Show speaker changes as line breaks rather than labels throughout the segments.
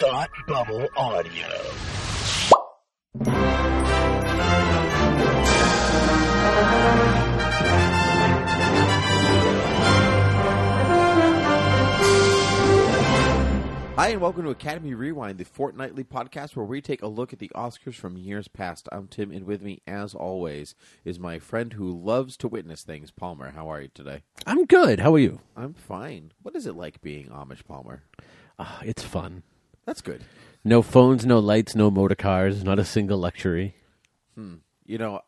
Thought Bubble Audio.
Hi, and welcome to Academy Rewind, the fortnightly podcast where we take a look at the Oscars from years past. I'm Tim, and with me, as always, is my friend who loves to witness things, Palmer. How are you today?
I'm good. How are you?
I'm fine. What is it like being Amish, Palmer?
Ah, it's fun.
That's good.
No phones, no lights, no motor cars, not a single luxury.
You know,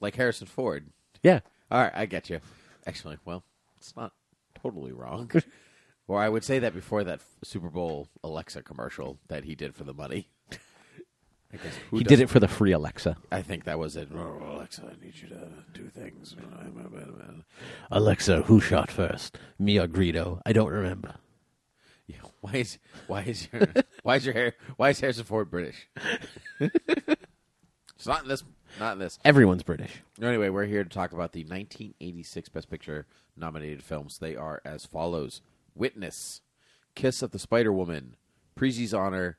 like Harrison Ford.
Yeah.
All right, I get you. Actually, well, it's not totally wrong. or I would say that before that Super Bowl Alexa commercial that he did for the money. I guess who
he
doesn't-
did it for the free Alexa.
I think that was it. Oh, Alexa, I need you to do things.
Alexa, who shot first? Me or Greedo? I don't remember.
Yeah, why is why is your why is your hair why is Harrison Ford British? it's not in this. Not in this.
Everyone's British.
Anyway, we're here to talk about the 1986 Best Picture nominated films. They are as follows: Witness, Kiss of the Spider Woman, Prezi's Honor,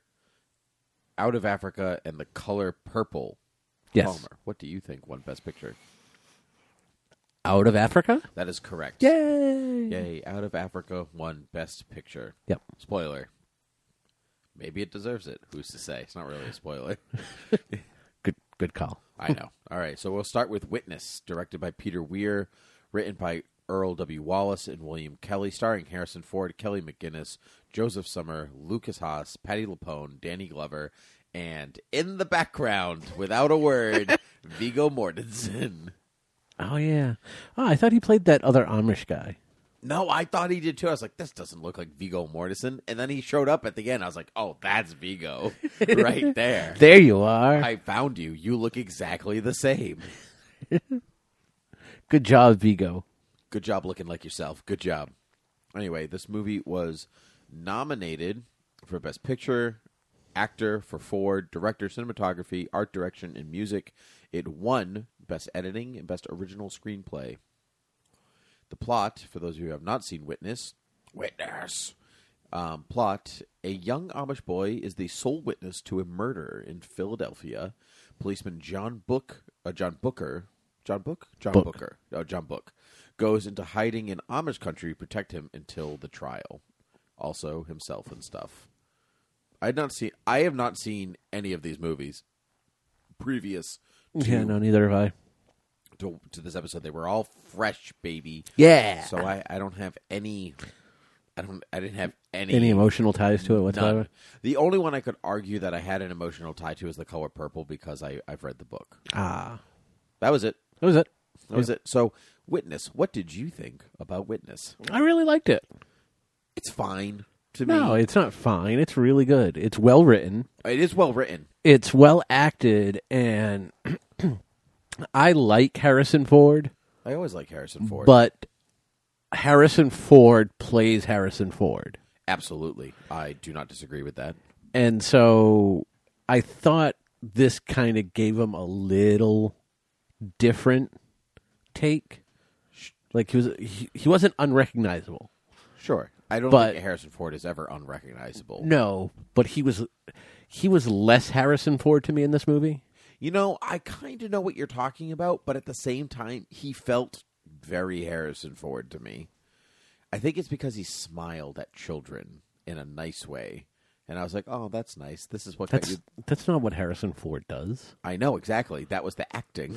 Out of Africa, and The Color Purple.
Yes.
Palmer, what do you think won Best Picture?
Out of Africa?
That is correct.
Yay.
Yay, Out of Africa won Best Picture.
Yep.
Spoiler. Maybe it deserves it. Who's to say? It's not really a spoiler.
Good good call.
I know. All right, so we'll start with Witness, directed by Peter Weir, written by Earl W. Wallace and William Kelly, starring Harrison Ford, Kelly McGinnis, Joseph Summer, Lucas Haas, Patty Lapone, Danny Glover, and in the background, without a word, Vigo Mortensen.
Oh yeah. Oh, I thought he played that other Amish guy.
No, I thought he did too. I was like, this doesn't look like Vigo Mortensen. And then he showed up at the end. I was like, oh, that's Vigo right there.
There you are.
I found you. You look exactly the same.
Good job, Vigo.
Good job looking like yourself. Good job. Anyway, this movie was nominated for Best Picture, Actor for Ford, Director, Cinematography, Art Direction, and Music. It won Best Editing and Best Original Screenplay. The plot, for those of you who have not seen Witness, Witness. Um, plot: A young Amish boy is the sole witness to a murder in Philadelphia. Policeman John Book, uh, John Booker, John Book, John
Book.
Booker, no, John Book, goes into hiding in Amish country to protect him until the trial. Also himself and stuff. I had not seen. I have not seen any of these movies previous to,
Yeah, no, neither have I.
to, to this episode. They were all fresh, baby.
Yeah.
So I, I don't have any. I don't. I didn't have any.
Any emotional ties to it whatsoever?
none. The only one I could argue that I had an emotional tie to is the color purple because I I've read the book.
Ah.
That was it.
That was it.
That was it. So witness. What did you think about witness?
I really liked it.
It's fine to
No,
me.
it's not fine. It's really good. It's well written.
it is well written.
It's well acted, and I like Harrison Ford,
I always like Harrison Ford.
but Harrison Ford plays Harrison Ford,
Absolutely, I do not disagree with that.
and so I thought this kind of gave him a little different take. Like he was, he, he wasn't unrecognizable.
Sure. I don't
But-
think Harrison Ford is ever unrecognizable.
No, but he was, he was less Harrison Ford to me in this movie.
You know, I kind of know what you're talking about, but at the same time, he felt very Harrison Ford to me. I think it's because he smiled at children in a nice way. And I was like, oh, that's nice. This is what got
That's
you.
that's not what Harrison Ford does.
I know exactly. That was the acting.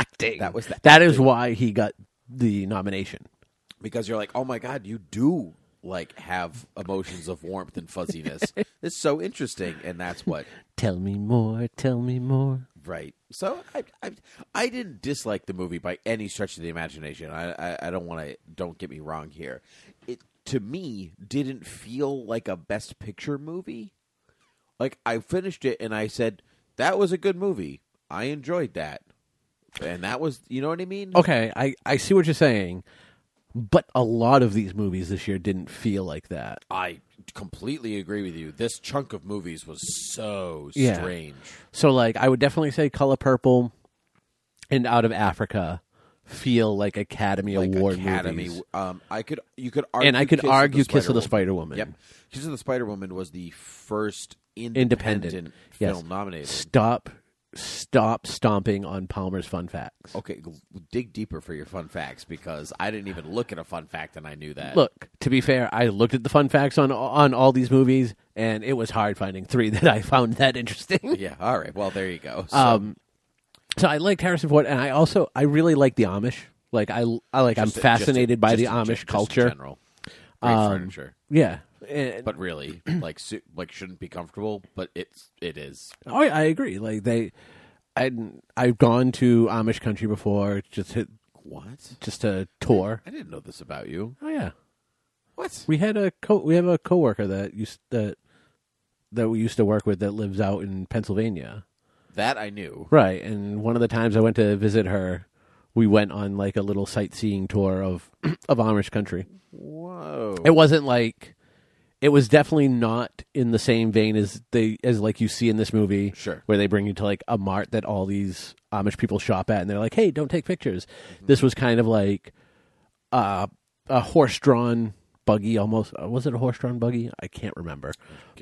acting.
That was the
that is why he got the nomination.
because you're like, oh my God, you do like have emotions of warmth and fuzziness. it's so interesting. And that's what
Tell me more. Tell me more.
Right. So I, I I didn't dislike the movie by any stretch of the imagination. I I, I don't want to don't get me wrong here. It to me didn't feel like a best picture movie. Like I finished it and I said that was a good movie. I enjoyed that. And that was you know what I mean?
Okay, I I see what you're saying, but a lot of these movies this year didn't feel like that.
I completely agree with you. This chunk of movies was so
Yeah.
strange.
So like, I would definitely say Color Purple and Out of Africa feel like Academy
like
Award
Academy.
movies.
Um, I could you could argue
And I could
Kiss of the
argue Kiss of the
Spider-Woman.
Spider Woman.
Yep. Kiss of the Spider Woman was the first independent,
Independent. Yes.
film nominated.
Stop stop stomping on Palmer's fun facts.
Okay, g- dig deeper for your fun facts because I didn't even look at a fun fact and I knew that.
Look, to be fair, I looked at the fun facts on on all these movies and it was hard finding 3 that I found that interesting.
Yeah, all right. Well, there you go. So,
Um so I liked Harrison Ford and I also I really like the Amish. Like I I like I'm
just-
fascinated
just-
by
just
the
in gen-
Amish
just in
culture. Um,
general. Great furniture.
Yeah. And-
But really, like, su- like shouldn't be comfortable, but it's it is.
Oh, I I agree. Like they, I I've gone to Amish country before, just to,
What?
just a tour.
I didn't know this about you.
Oh yeah,
What?
we had a co- we have a coworker that used that that we used to work with that lives out in Pennsylvania,
That I knew.
right? And one of the times I went to visit her, we went on like a little sightseeing tour of of Amish country.
Whoa.
It wasn't like. It was definitely not in the same vein as they as like you see in this movie,
Sure.
where they bring you to like a mart that all these Amish people shop at, and they're like, "Hey, don't take pictures."
Mm-hmm.
This was kind of like uh, a horse-drawn buggy, almost. Uh, was it a horse-drawn buggy? I can't remember,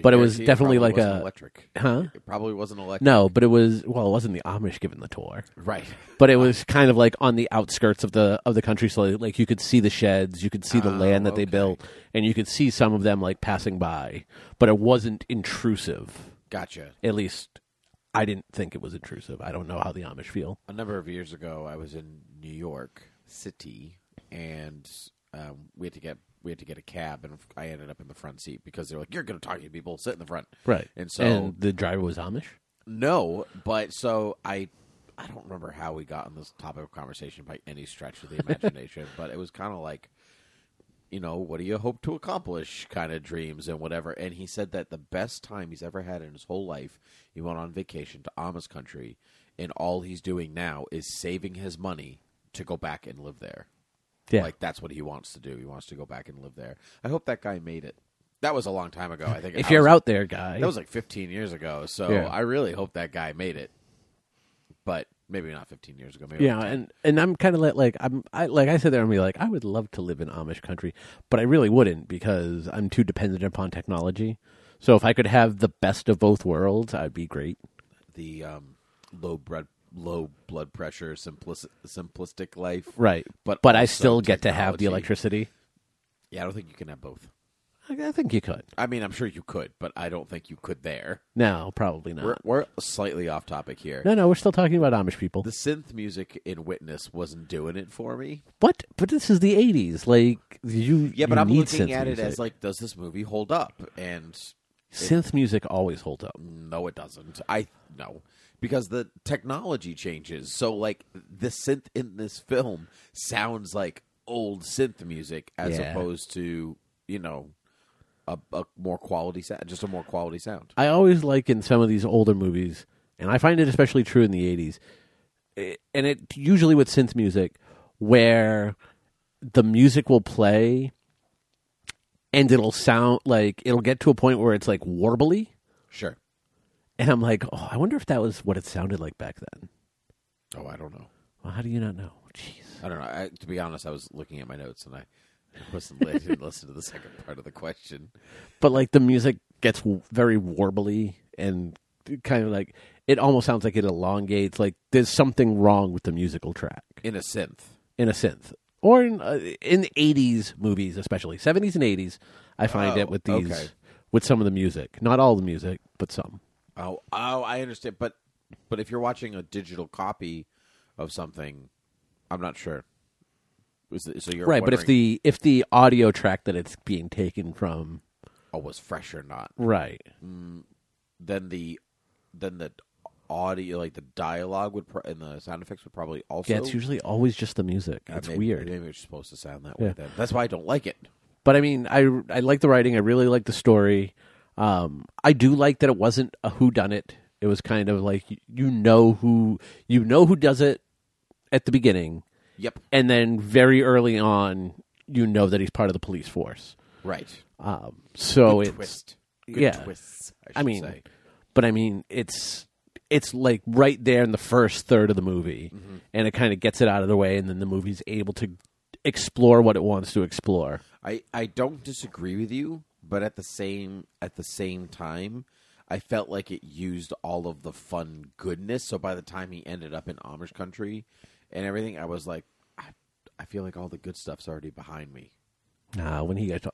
but it was
Guarantee
definitely
probably
like
wasn't
a
electric.
huh?
It probably wasn't electric.
No, but it was well, it wasn't the Amish giving the tour,
Right.
but it was kind of like on the outskirts of the of the country, so like you could see the sheds, you could see the land that they
Oh, okay.
built, and you could see some of them like passing by, but it wasn't intrusive
Gotcha.
at least I didn't think it was intrusive. I don't know how the Amish feel.
A number of years ago, I was in New York City, and um, we had to get we had to get a cab, and I ended up in the front seat because they were like, "You're going to talk to people. Sit in the front." And so
and the driver was Amish.
no, but so I. I don't remember how we got on this topic of conversation by any stretch of the imagination, but it was kind of like, you know, what do you hope to accomplish kind of dreams and whatever. And he said that the best time he's ever had in his whole life, he went on vacation to Amish country, and all he's doing now is saving his money to go back and live there.
Yeah.
Like, that's what he wants to do. He wants to go back and live there. I hope that guy made it. That was a long time ago. I think
if
I
you're
was-
out there, guy.
that was like 15 years ago, so
Yeah.
I really hope that guy made it. But maybe not 15 years ago. Maybe
yeah, and and I'm kind of like, like I'm I like I sit there and be like I would love to live in Amish country, but I really wouldn't because I'm too dependent upon technology. So if I could have the best of both worlds, I'd be great.
the um, low blood low blood pressure simplistic simplistic life.
Right,
But
but I
also
still get to have the
technology.
electricity.
Yeah, I don't think you can have both.
I, I think you could.
I mean, I'm sure you could, but I don't think you could there.
No, probably not.
We're, we're slightly off topic here.
Uh, no, no, we're still talking about Amish people.
The synth music in Witness wasn't doing it for me.
What? But this is the '80s. Like you.
Yeah, but
you
I'm
need
looking
synth
at it
music.
as like, does this movie hold up? And
synth music always holds up.
No, it doesn't. I no, because the technology changes. So like the synth in this film sounds like old synth music as
Yeah.
opposed to you know a, a more quality sound, just a more quality sound.
I always like in some of these older movies, and I find it especially true in the '80s, eh, and it usually with synth music, where the music will play, and it'll sound like it'll get to a point where it's like warbly,
Sure.
and I'm like, oh, I wonder if that was what it sounded like back then.
Oh, I don't know.
Well, how do you not know? Jeez.
I don't know. I, to be honest, I was looking at my notes and I wasn't. I didn't listen to the second part of the question.
but like the music gets w- very warbly and kind of like it almost sounds like it elongates like there's something wrong with the musical track
In a synth,
in a synth or in uh, in 80s movies especially 70s and 80s i find
Oh,
it with these
okay.
with some of the music not all the music but some
Oh, oh, I understand. But but if you're watching a digital copy of something, I'm not sure. Is it- so you're
right but if
wondering,
the if the audio track that it's being taken from
oh, was fresh or not,
right
then the then the audio, like the dialogue would pro- and the sound effects would probably also.
yeah it's usually always just the music
Uh,
it's
maybe-
weird
Maybe it's supposed to sound that
Yeah.
way. Then that's why I don't like it.
but I mean, I I like the writing. I really like the story. Um, I do like that it wasn't a who done it. It was kind of like y- you know who you know who does it at the beginning,
Yep.
and then very early on, you know that he's part of the police force.
Right.
Um, so it's
twist. Good
yeah.
twists. I,
I
should
mean,
say.
but I mean, it's it's like right there in the first third of the movie,
Mm-hmm.
and it kind of gets it out of the way, and then the movie's able to explore what it wants to explore.
I, I don't disagree with you, but at the same at the same time, I felt like it used all of the fun goodness. So by the time he ended up in Amish country and everything, I was like, I, I feel like all the good stuff's already behind me.
Nah, Uh, when he got to,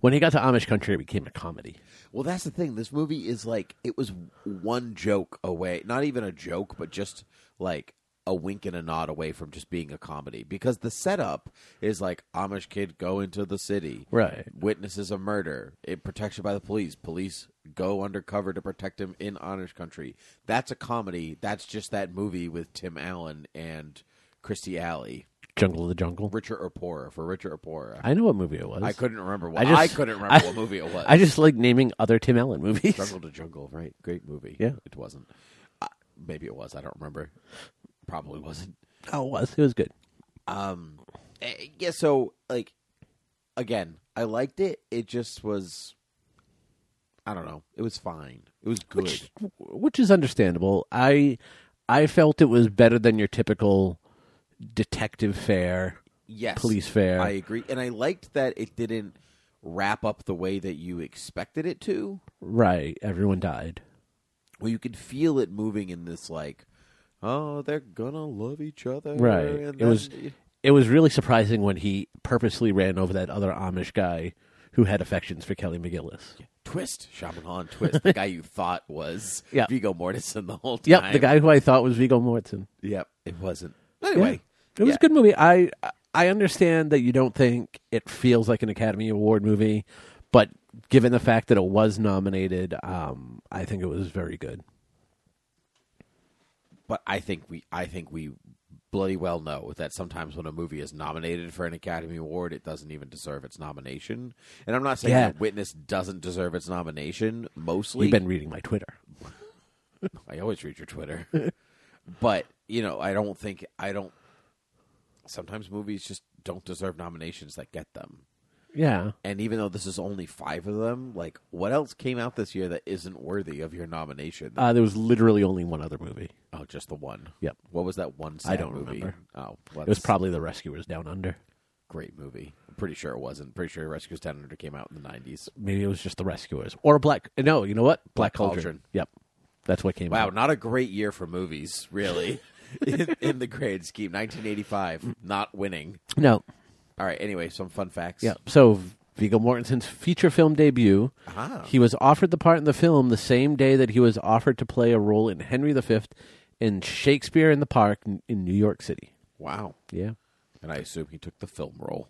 when he got to Amish country, it became a comedy.
Well, that's the thing. This movie is like it was one joke away, not even a joke, but just like a wink and a nod away from just being a comedy because the setup is like Amish kid go into the city.
Right.
Witnesses a murder. It protection by the police. Police go undercover to protect him in Amish country. That's a comedy. That's just that movie with Tim Allen and Christy Alley.
Jungle of the Jungle.
Richer or poorer for richer or poorer. I,
I know what movie it was.
couldn't remember what
I
I,
just-
couldn't remember
I-
what movie it was.
I just like naming other Tim Allen movies.
Jungle to Jungle, right? Great movie.
Yeah.
it wasn't. Uh, maybe it was. I don't remember. Probably wasn't.
Oh, it was. It was good.
Eh, Yeah. So like, again, I liked it. It just was. I don't know. It was fine. It was good.
Which, which is understandable. I I felt it was better than your typical detective fare.
yes,
police fair.
I agree, and I liked that it didn't wrap up the way that you expected it to.
Right. Everyone died.
Well, you could feel it moving in this like, oh, they're gonna love each other.
Right.
and
it was
then-
it was really surprising when he purposely ran over that other Amish guy who had affections for Kelly McGillis.
Twist, Shyamalan Twist, the guy you thought was
Yeah.
Vigo Mortensen the whole
Yep,
time.
the guy who I thought was Vigo Mortensen.
Yep, it wasn't. Anyway,
Yeah. it was
yeah.
a good movie. I I understand that you don't think it feels like an Academy Award movie, but given the fact that it was nominated, um, I think it was very good.
But I think we, I think we bloody well know that sometimes when a movie is nominated for an Academy Award, it doesn't even deserve its nomination. And I'm not saying
Yeah.
that Witness doesn't deserve its nomination. Mostly,
You've been reading my Twitter.
I always read your Twitter. but, you know, I don't think I don't sometimes movies just don't deserve nominations that get them.
Yeah,
And even though this is only 5 of them, like what else came out this year that isn't worthy of your nomination?
uh, there was literally only one other movie.
oh, just the one.
Yep.
What was that one sad
don't
movie?
remember.
Oh, well,
It was
that's
probably The Rescuers Down Under.
a great movie. I'm pretty sure it wasn't. Pretty sure Rescues Down Under came out in the 90s.
Maybe it was just The Rescuers or Black. No, you know what?
Black
Black, Cauldron.
Cauldron.
Yep, that's what came
Wow,
out.
not a great year for movies, really. in, in the grand scheme, 1985, not winning.
No,
All right, anyway, some fun facts.
yeah. So Viggo Mortensen's feature film debut.
Ah.
He was offered the part in the film the same day that he was offered to play a role in Henry V in Shakespeare in the Park in- in New York City.
Wow.
Yeah.
And I assume he took the film role.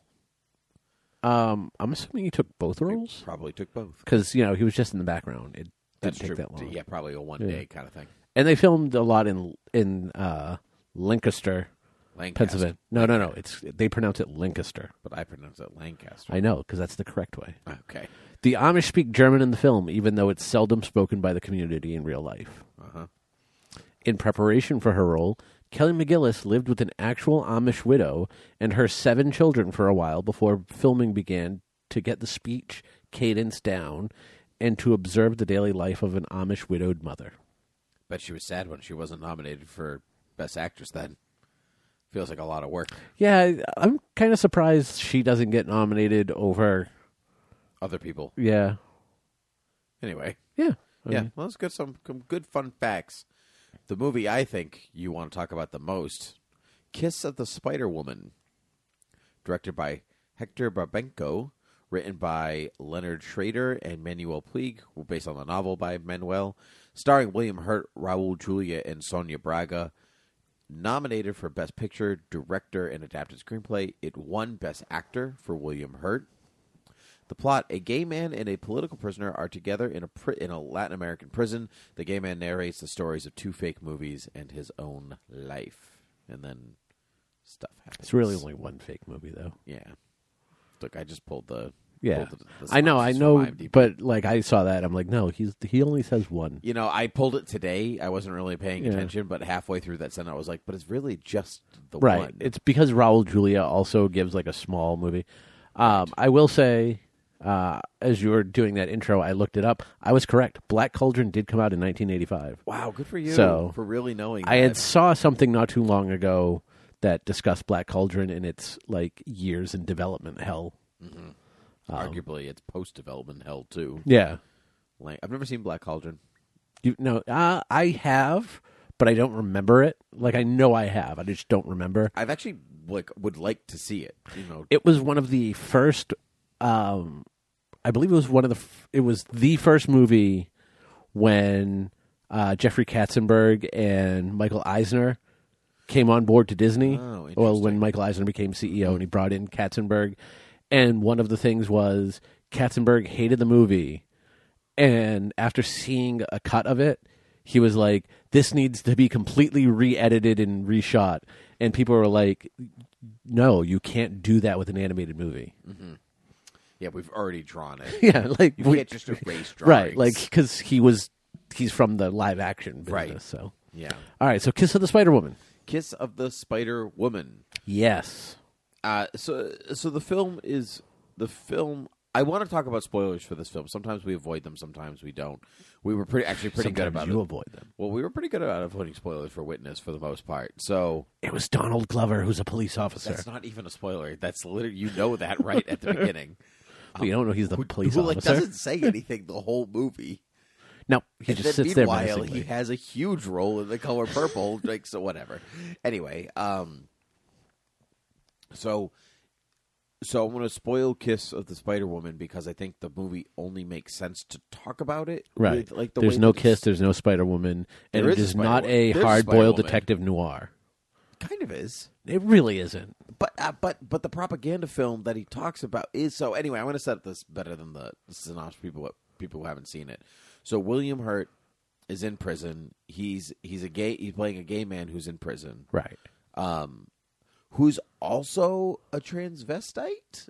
Um, I'm assuming he took both roles
Probably took both.
because you know he was just in the background. It didn't
That's
take
true.
that long.
Yeah, probably a one day kind of thing.
And they filmed a lot in in uh, Lancaster,
Lancaster.
Pennsylvania. No, no, no. It's they pronounce it Lancaster.
But I pronounce it Lancaster.
I know because that's the correct way.
okay.
The Amish speak German in the film, even though it's seldom spoken by the community in real life.
Uh-huh.
In preparation for her role, Kelly McGillis lived with an actual Amish widow and her seven children for a while before filming began to get the speech cadence down and to observe the daily life of an Amish widowed mother.
Bet she was sad when she wasn't nominated for Best Actress then. Feels like a lot of work.
Yeah, I- I'm kind of surprised she doesn't get nominated over.
Other people.
Yeah.
Anyway.
Yeah.
Yeah. Well, let's get some, some good fun facts. The movie I think you want to talk about the most Kiss of the Spider Woman, directed by Hector Barbenko, written by Leonard Schrader and Manuel Puig, based on the novel by Manuel, starring William Hurt, Raul Julia, and Sonia Braga. Nominated for Best Picture, Director, and Adapted Screenplay, it won Best Actor for William Hurt. The plot: A gay man and a political prisoner are together in a pri- in a Latin American prison. The gay man narrates the stories of two fake movies and his own life, and then stuff happens.
It's really only one fake movie, though.
yeah. Look, I just pulled the
Yeah.
pulled the- the
I know, I
synopsis
know,
from IMDb.
but like I saw that, I'm like, no, he's he only says one.
you know, I pulled it today. I wasn't really paying
Yeah.
attention, but halfway through that sentence, I was like, "But it's really just the
Right.
one."
It's because Raul Julia also gives like a small movie. Um, I will say, Uh, as you were doing that intro, I looked it up. I was correct. Black Cauldron did come out in 1985.
Wow, good for you
So,
for really knowing.
I had
that.
saw something not too long ago that discussed Black Cauldron and its like years in development hell. um,
arguably it's post development hell too.
Yeah,
Like I've never seen Black Cauldron.
you no, uh, I have, but I don't remember it. Like I know I have, I just don't remember.
I've actually like would like to see it. You know,
It was one of the first. Um, I believe it was one of the. f- It was the first movie when uh, Jeffrey Katzenberg and Michael Eisner came on board to Disney.
Oh,
well, when Michael Eisner became CEO and he brought in Katzenberg, and one of the things was Katzenberg hated the movie, and after seeing a cut of it, he was like, "This needs to be completely re-edited and reshot." And people were like, "No, you can't do that with an animated movie."
yeah, we've already drawn it.
Yeah, like
You
we-
can't just erase drawings,
right, like because he was he's from the live action business,
Right.
so.
yeah.
All right, so Kiss of the Spider Woman.
Kiss of the Spider Woman.
Yes.
Uh, so so the film is the film. I want to talk about spoilers for this film. Sometimes we avoid them. Sometimes we don't. We were pretty actually pretty good
Sometimes
about
you
it.
avoid them.
Well, we were pretty good about avoiding spoilers for Witness for the most part. So
It was Donald Glover, who's a police officer.
that's not even a spoiler. That's literally you know that right at the beginning.
Well, you don't know he's the police
who
officer.
like doesn't say anything the whole movie.
no, he
And
just
then
sits there.
Meanwhile, he
menacingly.
has a huge role in the color purple. like so, whatever. Anyway, um, so so I'm going to spoil Kiss of the Spider Woman because I think the movie only makes sense to talk about it.
right.
with, like the
there's
way
no
that
kiss. There's no Spider Woman, and
There
it
is a
is not
Spider-Woman.
a
There's a
hard-boiled
Spider-Woman.
detective noir.
it's- Kind of is.
It really isn't.
But uh, but but the propaganda film that he talks about is so. Anyway, I want to set this better than the synopsis people people who haven't seen it. So William Hurt is in prison. He's he's a gay. He's playing a gay man who's in prison.
Right.
Um, who's also a transvestite.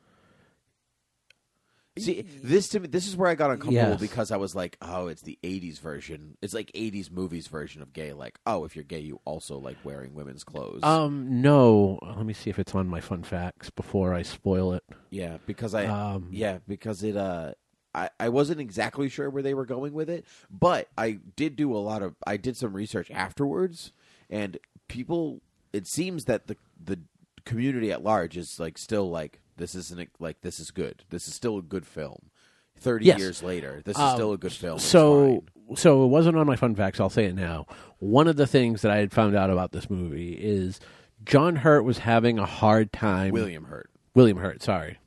See, this to me, this is where I got uncomfortable
Yes.
because I was like, "Oh, it's the '80s version. It's like '80s movies version of gay. Like, oh, if you're gay, you also like wearing women's clothes."
Um. No. Let me see if it's on my fun facts before I spoil it.
Yeah, because I
Um,
yeah because it uh I, I wasn't exactly sure where they were going with it, but I did do a lot of I did some research afterwards, and people it seems that the the community at large is like still like this isn't like this is good this is still a good film. Thirty
Yes. Um,
years later, this is still a good film. It's
so
fine.
so it wasn't on my fun facts i'll say it now one of the things that i had found out about this movie is john hurt was having a hard time
William Hurt,
william hurt sorry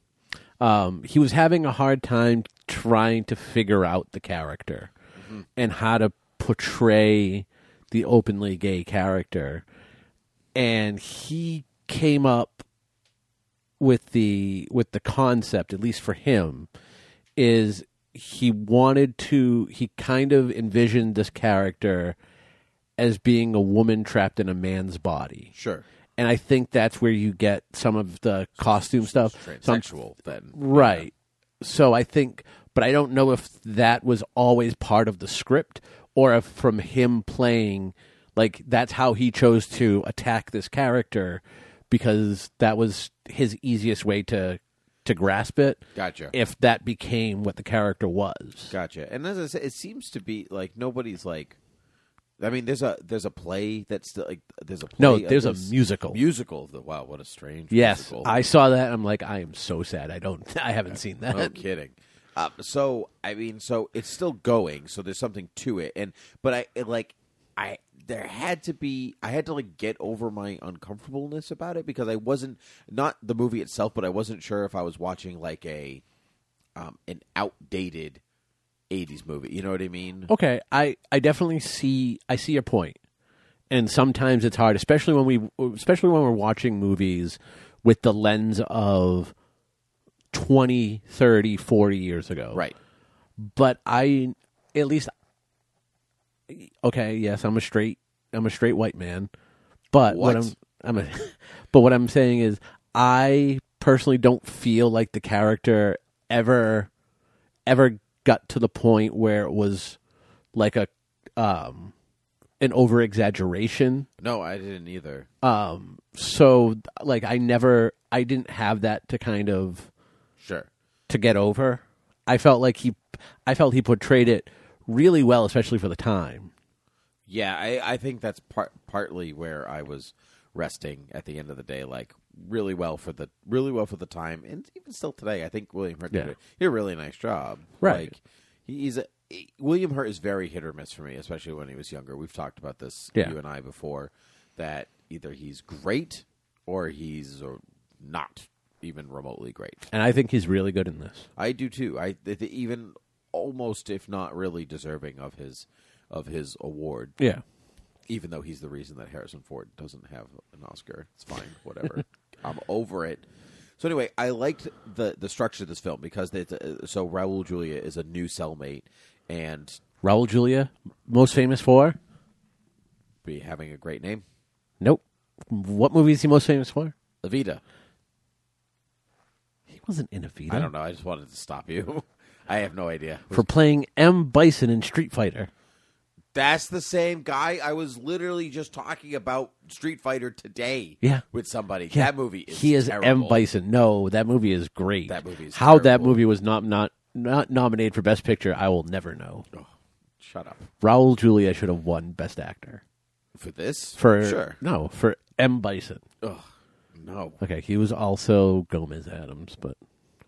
um, he was having a hard time trying to figure out the character and how to portray the openly gay character and he came up with the with the concept at least for him is he wanted to he kind of envisioned this character as being a woman trapped in a man's body
sure,
and i think that's where you get some of the costume stuff Uh, So I'm-
transsexual then,
right so i think but i don't know if that was always part of the script or if from him playing like that's how he chose to attack this character because that was his easiest way to to grasp it
gotcha.
if that became what the character was.
Gotcha. And as I said, it seems to be like nobody's like. I mean, there's a there's a play that's the, like there's a play
No,
of
there's a
this-
musical.
musical of the wow what a strange
Yes,
musical.
I saw that. I'm like, I am so sad. I don't. I haven't seen that.
no kidding. Um, so I mean, so it's still going. So there's something to it, and but I it, like I there had to be I had to like get over my uncomfortableness about it because I wasn't not the movie itself, but I wasn't sure if I was watching like a um, an outdated '80s movie. You know what I mean?
Okay, I I definitely see. I see your point, and sometimes it's hard, especially when we, especially when we're watching movies with the lens of 20, 30, 40 years ago.
Right.
but I at least okay, yes, I'm a straight I'm a straight white man. But what,
What?
I'm I'm a but what I'm saying is I personally don't feel like the character ever ever got to the point where it was like a um an over exaggeration
No, I didn't either.
um so like i never i didn't have that to kind of
Sure.
to get over I felt like he, I felt he portrayed it really well, especially for the time.
Yeah, I, I think that's part partly where I was resting at the end of the day, like really well for the really well for the time, and even still today, I think William Hurt
Yeah.
did, a, he did a really nice job.
Right.
like, he's a, he- William Hurt is very hit or miss for me, especially when he was younger. We've talked about this
Yeah.
you and I before that either he's great or he's uh, not even remotely great.
And I think he's really good in this.
I do too. I th- th- even almost if not really deserving of his of his award
Yeah.
even though he's the reason that Harrison Ford doesn't have an Oscar. It's fine, whatever. I'm over it. So anyway, I liked the the structure of this film because it's uh, so Raul Julia is a new cellmate and
Raul Julia, most famous for?
be having a great name,
Nope. What movie is he most famous for?
Evita.
He wasn't in Evita.
I don't know. I just wanted to stop you. I have no idea.
For playing M. Bison in Street Fighter.
That's the same guy. I was literally just talking about Street Fighter today.
Yeah.
with somebody.
Yeah.
That movie is
he is M.
terrible.
Bison. No, that movie is great.
That movie is
how that
terrible.
movie was not not not nominated for Best Picture. I will never know.
Shut up.
Raul Julia should have won Best Actor
For this,
for
sure.
No, for M. Bison.
Ugh, no.
Okay, he was also Gomez Adams, but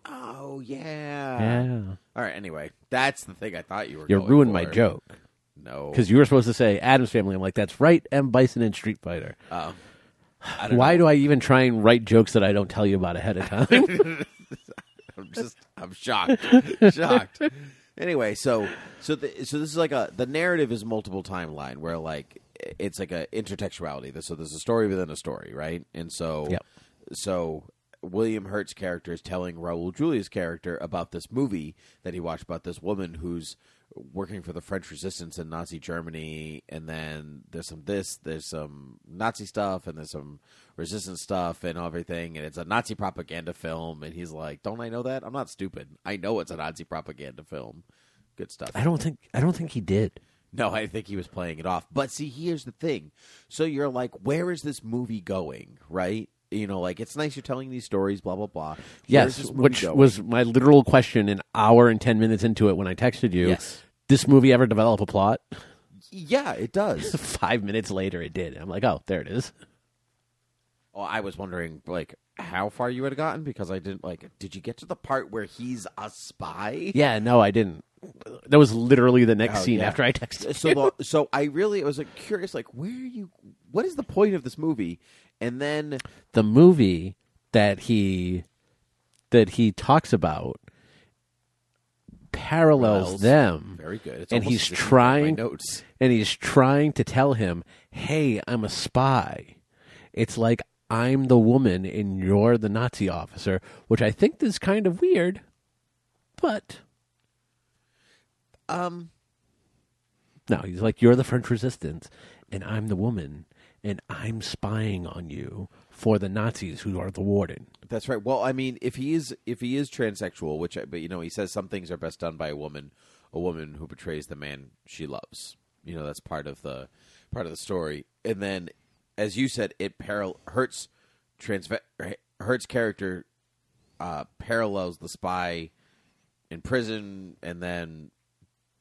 Oh yeah.
yeah,
All right. Anyway, that's the thing I thought you were.
you
going
ruined my
for.
joke
No,
because you were supposed to say Adams Family. I'm like, that's right, M. Bison and Street Fighter.
Oh. don't
Why do I even try and write jokes that I don't tell you about ahead of time?
I'm just I'm shocked, shocked. Anyway, so so the, so this is like a the narrative is multiple timeline where like it's like a intertextuality. So there's a story within a story, right? And so
Yep.
so William Hurt's character is telling Raul Julia's character about this movie that he watched about this woman who's working for the French resistance in Nazi Germany and then there's some this there's some Nazi stuff and there's some resistance stuff and everything and it's a Nazi propaganda film and he's like don't I know that I'm not stupid I know it's a Nazi propaganda film good stuff
I don't think I don't think he did.
no, I think he was playing it off. But see, here's the thing. So you're like, where is this movie going? Right? You know, like it's nice you're telling these stories, blah blah blah. Where's
Yes,
this movie
which
going?
was my literal question an hour and 10 minutes into it when I texted you.
Yes.
This movie ever develop a plot?
yeah, it does.
5 minutes later it did. I'm like, "Oh, there it is."
oh, I was wondering like how far you had gotten because I didn't like. Did you get to the part where he's a spy?
Yeah, no, I didn't. That was literally the next
Oh,
scene
yeah.
after I texted.
so the, so I really I was like curious like where are you? What is the point of this movie? And then
The movie that he that he talks about
Parallels.
parallels them.
very good, It's
and
almost as
he's
if you read my
trying
notes.
and he's trying to tell him, "Hey, I'm a spy." It's like I'm the woman and you're the Nazi officer, which I think is kind of weird, but
Um,
no, he's like you're the French resistance and I'm the woman and I'm spying on you for the Nazis who are the warden.
That's right. Well, I mean, if he is if he is transsexual, which I- but you know, he says some things are best done by a woman, a woman who betrays the man she loves. You know, that's part of the part of the story. And then, as you said, it paral- hurts trans hurts character uh, parallels the spy in prison, and then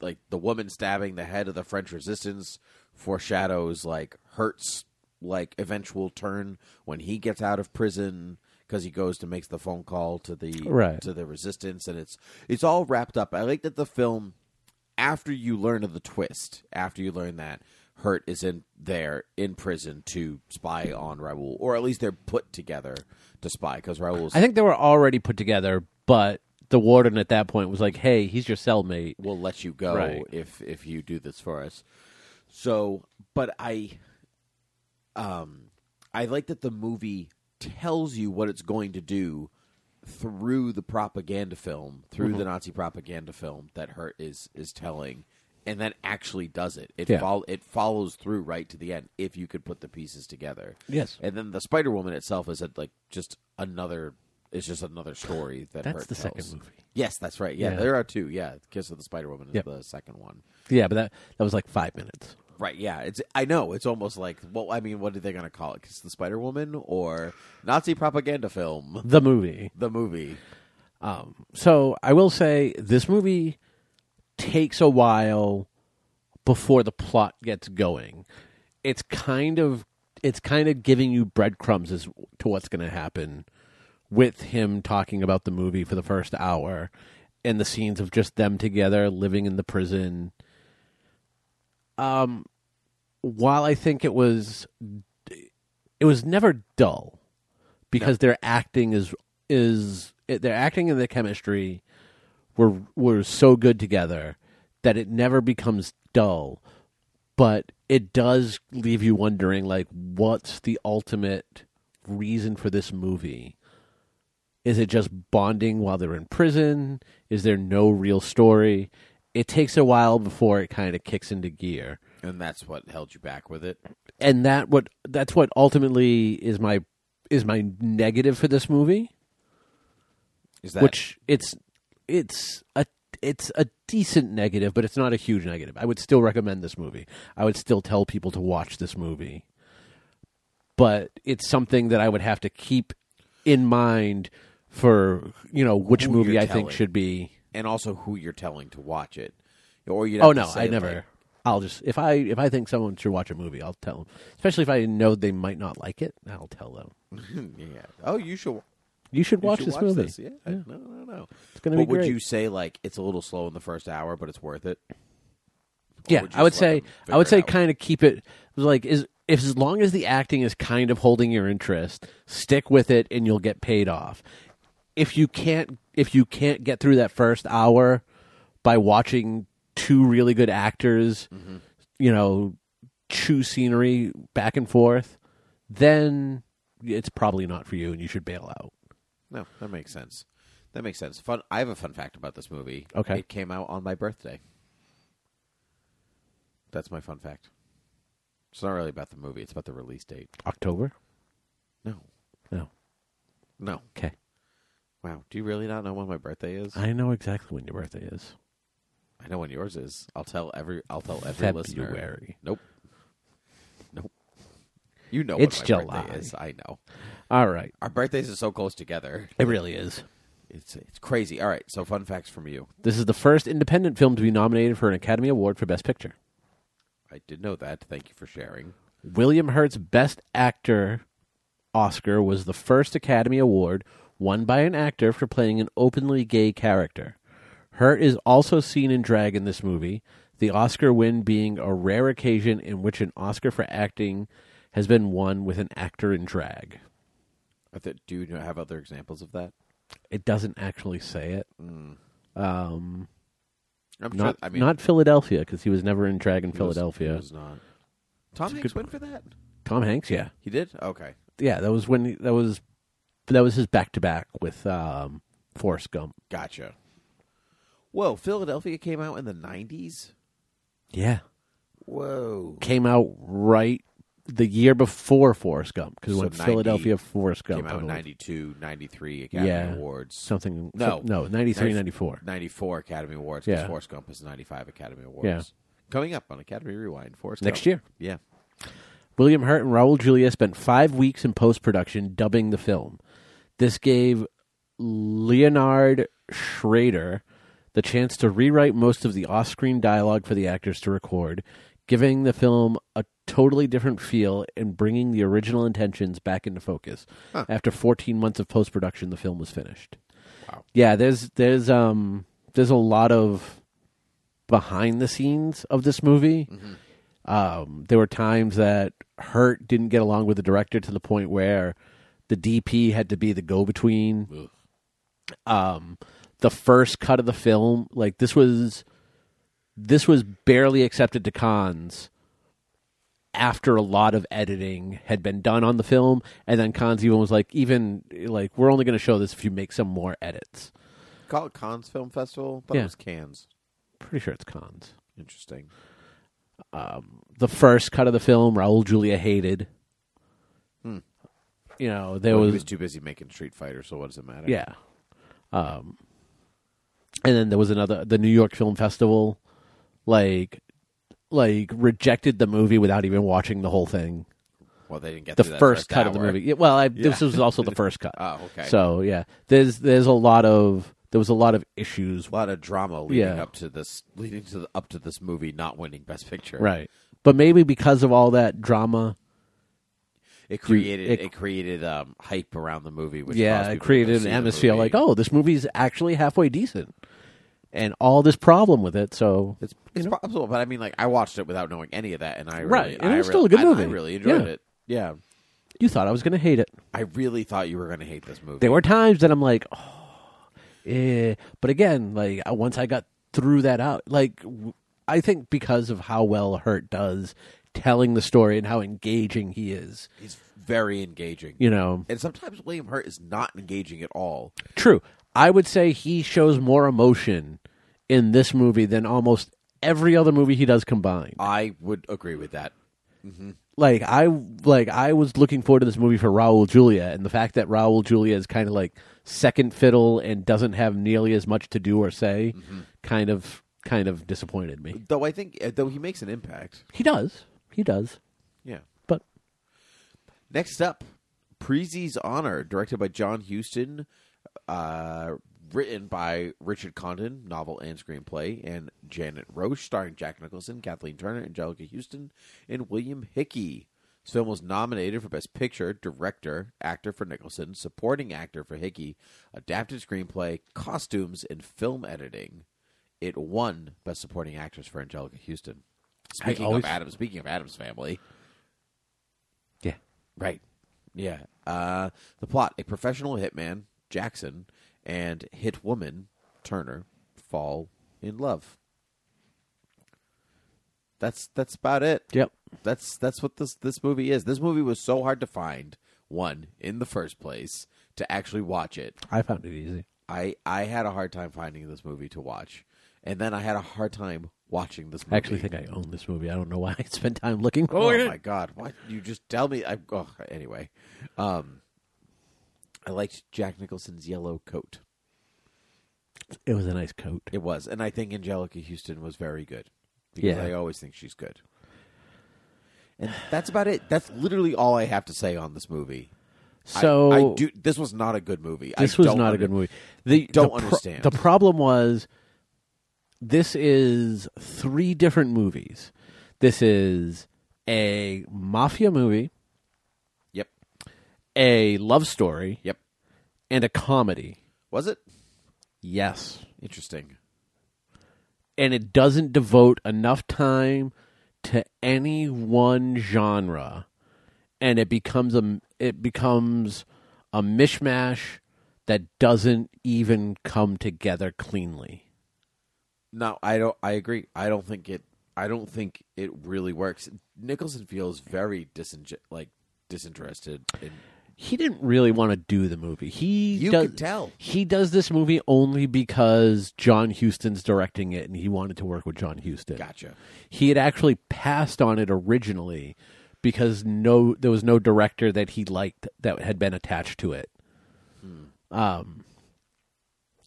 like the woman stabbing the head of the French resistance foreshadows like Hertz like eventual turn when he gets out of prison because he goes to makes the phone call to the
Right.
to the resistance and it's it's all wrapped up. I like that the film after you learn of the twist, after you learn that Hurt is in there in prison to spy on Raoul, or at least they're put together to spy because Raoul's
I think they were already put together, but the warden at that point was like, "Hey, he's your cellmate."
we'll let you go
Right.
if if you do this for us. So, but I, um, I like that the movie tells you what it's going to do through the propaganda film, through
Mm-hmm.
the Nazi propaganda film that Hurt is is telling, and that actually does it. It
Yeah.
fol- it follows through right to the end if you could put the pieces together.
Yes.
and then the Spider Woman itself is a, like just another. It's just another story that
That's
Hurt
the second
tells.
movie.
Yes, that's right. Yeah,
Yeah.
there are two. Yeah, Kiss of the Spider Woman is
Yep.
the second one.
Yeah, but that that was like 5 minutes.
Right. Yeah. It's. I know. It's almost like. Well, I mean, what are they going to call it? Kiss of the Spider Woman or Nazi propaganda film?
The movie.
The movie.
Um, so I will say this movie takes a while before the plot gets going. It's kind of it's kind of giving you breadcrumbs as to what's going to happen with him talking about the movie for the first hour and the scenes of just them together living in the prison. Um while I think it was it was never dull because their acting is is it, their acting and their chemistry were were so good together that it never becomes dull but it does leave you wondering like what's the ultimate reason for this movie is it just bonding while they're in prison is there no real story it takes a while before it kind of kicks into gear
and that's what held you back with it.
and that what that's what ultimately is my is my negative for this movie
Is that
which it's it's a it's a decent negative, but it's not a huge negative. I would still recommend this movie. I would still tell people to watch this movie. But it's something that I would have to keep in mind for, you know, which
Who
movie
you're
I think
telling.
should be.
and also who you're telling to watch it, or you.
Oh no, I never. I'll just if I if I think someone should watch a movie, I'll tell them. Especially if I know they might not like it, I'll tell them.
yeah. Oh, you should.
You should watch
you should
this movie.
Yeah. No, no, no. It's
gonna
but
be
would
great.
you say like it's a little slow in the first hour, but it's worth it?
Yeah,
would you
I would
just let
say
them
I would
figure
say
it out?
kind of keep it like is if as long as the acting is kind of holding your interest, stick with it and you'll get paid off. If you can't if you can't get through that first hour by watching two really good actors, you know, chew scenery back and forth, then it's probably not for you and you should bail out.
No, that makes sense. That makes sense. Fun. I have a fun fact about this movie.
Okay.
It came out on my birthday. That's my fun fact. It's not really about the movie. It's about the release date.
October?
No.
No.
No.
Oh, Okay.
Wow. Do you really not know when my birthday is?
I know exactly when your birthday is.
I know when yours is. I'll tell every. I'll tell every listener.
February.
Nope. Nope. You know
It's
when my
July.
birthday is. I know.
All right.
Our birthdays are so close together.
It really is.
It's it's crazy. All right. So fun facts from you.
This is the first independent film to be nominated for an Academy Award for Best Picture.
I did know that. Thank you for sharing.
William Hurt's Best Actor Oscar was the first Academy Award won by an actor for playing an openly gay character. Hurt is also seen in drag in this movie, the Oscar win being a rare occasion in which an Oscar for acting has been won with an actor in drag.
I thi- do you know- have other examples of that?
It doesn't actually say it. Um,
I'm
not,
sure. I mean,
not Philadelphia, because he was never in drag
he
in
was-
Philadelphia.
he was not. Tom Hanks went for that.
Tom Hanks, yeah.
He did. Okay.
yeah, that was when he- that was that was his back to back with um Forrest Gump.
Gotcha. Whoa! Philadelphia came out in the '90s.
Yeah,
Whoa.
came out right the year before Forrest Gump because
So
when
90
Philadelphia Forrest Gump
Came out
I
in
believe.
92, 93 Academy
Yeah.
Awards.
something
No.
some- no 93
Ninety-
94
94 Academy Awards because
Yeah.
Forrest Gump is 95 Academy Awards.
Yeah.
Coming up on Academy Rewind, Forrest
Next
Gump.
year.
Yeah.
William Hurt and Raul Julia spent five weeks in post production dubbing the film. This gave Leonard Schrader the chance to rewrite most of the off screen dialogue for the actors to record, giving the film a totally different feel and bringing the original intentions back into focus. After 14 months of post production, the film was finished.
Wow.
Yeah, there's there's um there's a lot of behind the scenes of this movie. Um, there were times that Hurt didn't get along with the director to the point where the DP had to be the go between. Um, the first cut of the film, like this was, this was barely accepted to cons after a lot of editing had been done on the film, and then cons even was like, even like we're only going to show this if you make some more edits.
Call it Cannes Film Festival. Thought
Yeah.
it was Cannes.
Pretty sure it's cons.
Interesting.
the first cut of the film Raul Julia hated. You know, there
Hmm. Well, he
was,
was too busy making Street Fighter, so what does it matter?
yeah. Um and then there was another the New York Film Festival like like rejected the movie without even watching the whole thing.
Well, they didn't get
the
through that
first cut of the
hour.
movie. Yeah, well, I, this was also the first cut.
Oh, okay.
So yeah, there's there's a lot of there was a lot of issues.
A lot of drama leading
Yeah.
up to this, leading to the, up to this movie not winning Best Picture.
Right. But maybe because of all that drama,
It created
it-
it, created um, hype around the movie. Which
yeah,
caused
it
people to
created
see
an
the
atmosphere
movie.
like, oh, this movie's actually halfway decent, and all this problem with it. So
it's it's possible. But I mean, like I watched it without knowing any of that, and I
Right,
really,
and it
I
was
re-
still a good
I-
movie.
I really enjoyed
Yeah.
it. Yeah,
you thought I was going to hate it.
I really thought you were going to hate this movie.
There were times that I'm like, oh, eh. But again, like I- once I got through that out, like w- I think because of how well Hurt does telling the story and how engaging he is,
He's very engaging.
you know,
And sometimes William Hurt is not engaging at all.
True. I would say he shows more emotion in this movie than almost every other movie he does combined.
I would agree with that.
Like I like I was looking forward to this movie for Raul Julia and the fact that Raul Julia is kind of like second fiddle and doesn't have nearly as much to do or say
Mm-hmm.
kind of kind of disappointed me.
Though I think, uh, though he makes an impact.
He does. He does.
Yeah.
But
Next up, Preezy's Honor, directed by John Huston, uh, written by Richard Condon, novel and screenplay, and Janet Roche, starring Jack Nicholson, Kathleen Turner, Angelica Houston, and William Hickey. This film was nominated for Best Picture, Director, Actor for Nicholson, Supporting Actor for Hickey, Adapted Screenplay, Costumes, and Film Editing. It won Best Supporting Actress for Angelica Houston. Speaking
always-
of Adam, speaking of Adam's family,
yeah.
Right. Yeah. Uh, the plot: a professional hitman, Jackson, and hit woman Turner fall in love. That's that's about it.
Yep.
That's that's what this this movie is. This movie was so hard to find one in the first place to actually watch it.
I found it easy.
I I had a hard time finding this movie to watch, and then I had a hard time watching this movie.
I actually think I own this movie. I don't know why I spent time looking for
Oh
it.
my god! What you just tell me? I oh, anyway. Um, I liked Jack Nicholson's yellow coat.
It was a nice coat.
It was, and I think Angelica Houston was very good because
Yeah.
I always think she's good. And that's about it. That's literally all I have to say on this movie. I-
So
I, do. This was not a good movie. I
This was
don't
not a
under-
good movie. The,
don't
the pro-
understand.
The problem was this is three different movies. This is a mafia movie,
Yep.
a love story,
Yep.
and a comedy.
Was it
Yes.
interesting?
And it doesn't devote enough time to any one genre. And it becomes a it becomes a mishmash that doesn't even come together cleanly.
No, I don't. I agree. I don't think it. I don't think it really works. Nicholson feels very disinge- like disinterested. In,
he didn't really want to do the movie. He
You
does,
could tell.
he does this movie only because John Huston's directing it, and he wanted to work with John Huston.
gotcha.
He had actually passed on it originally because no, there was no director that he liked that had been attached to it,
Hmm.
Um,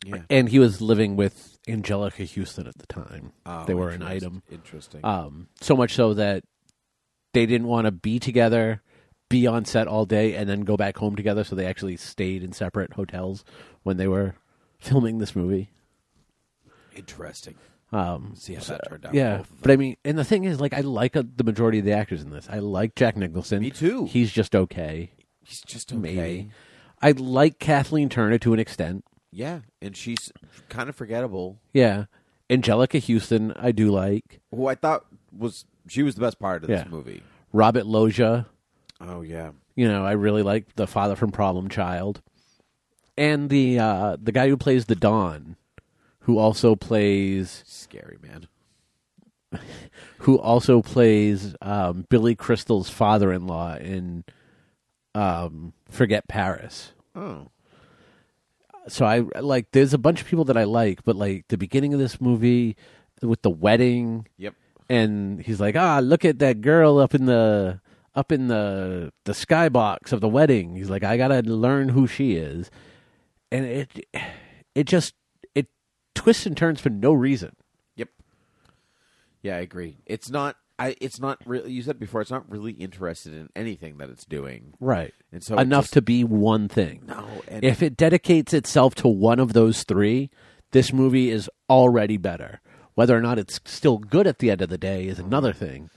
Yeah.
and he was living with Angelica Houston at the time.
Oh,
they were an
interest-
item,
Interesting.
um, so much so that they didn't want to be together. Be on set all day and then go back home together. So they actually stayed in separate hotels when they were filming this movie.
interesting.
Um,
See how that turned out. Oh,
yeah,
Both of them.
but I mean, and the thing is, like, I like uh, the majority of the actors in this. I like Jack Nicholson.
Me too.
He's just okay.
he's just okay.
Maybe. I like Kathleen Turner to an extent.
Yeah, and she's kind of forgettable.
Yeah, Angelica Houston, I do like.
Who I thought was she was the best part of this
Yeah.
movie.
Robert Loggia,
Oh yeah.
you know, I really like the father from Problem Child, and the uh, the guy who plays the Don, who also plays
Scary man.
who also plays um, Billy Crystal's father-in-law in um, Forget Paris.
Oh.
so I like there's a bunch of people that I like, but like the beginning of this movie with the wedding
Yep.
and he's like, "Ah, look at that girl up in the up in the the skybox of the wedding." He's like, "I got to learn who she is." And it it just it twists and turns for no reason.
Yep. Yeah, I agree. It's not. I- I, it's not really. You said before, it's not really interested in anything that it's doing,
Right.
and so it
Enough
just-
to be one thing.
no. And
If it dedicates itself to one of those three, this movie is already better. Whether or not it's still good at the end of the day is another thing.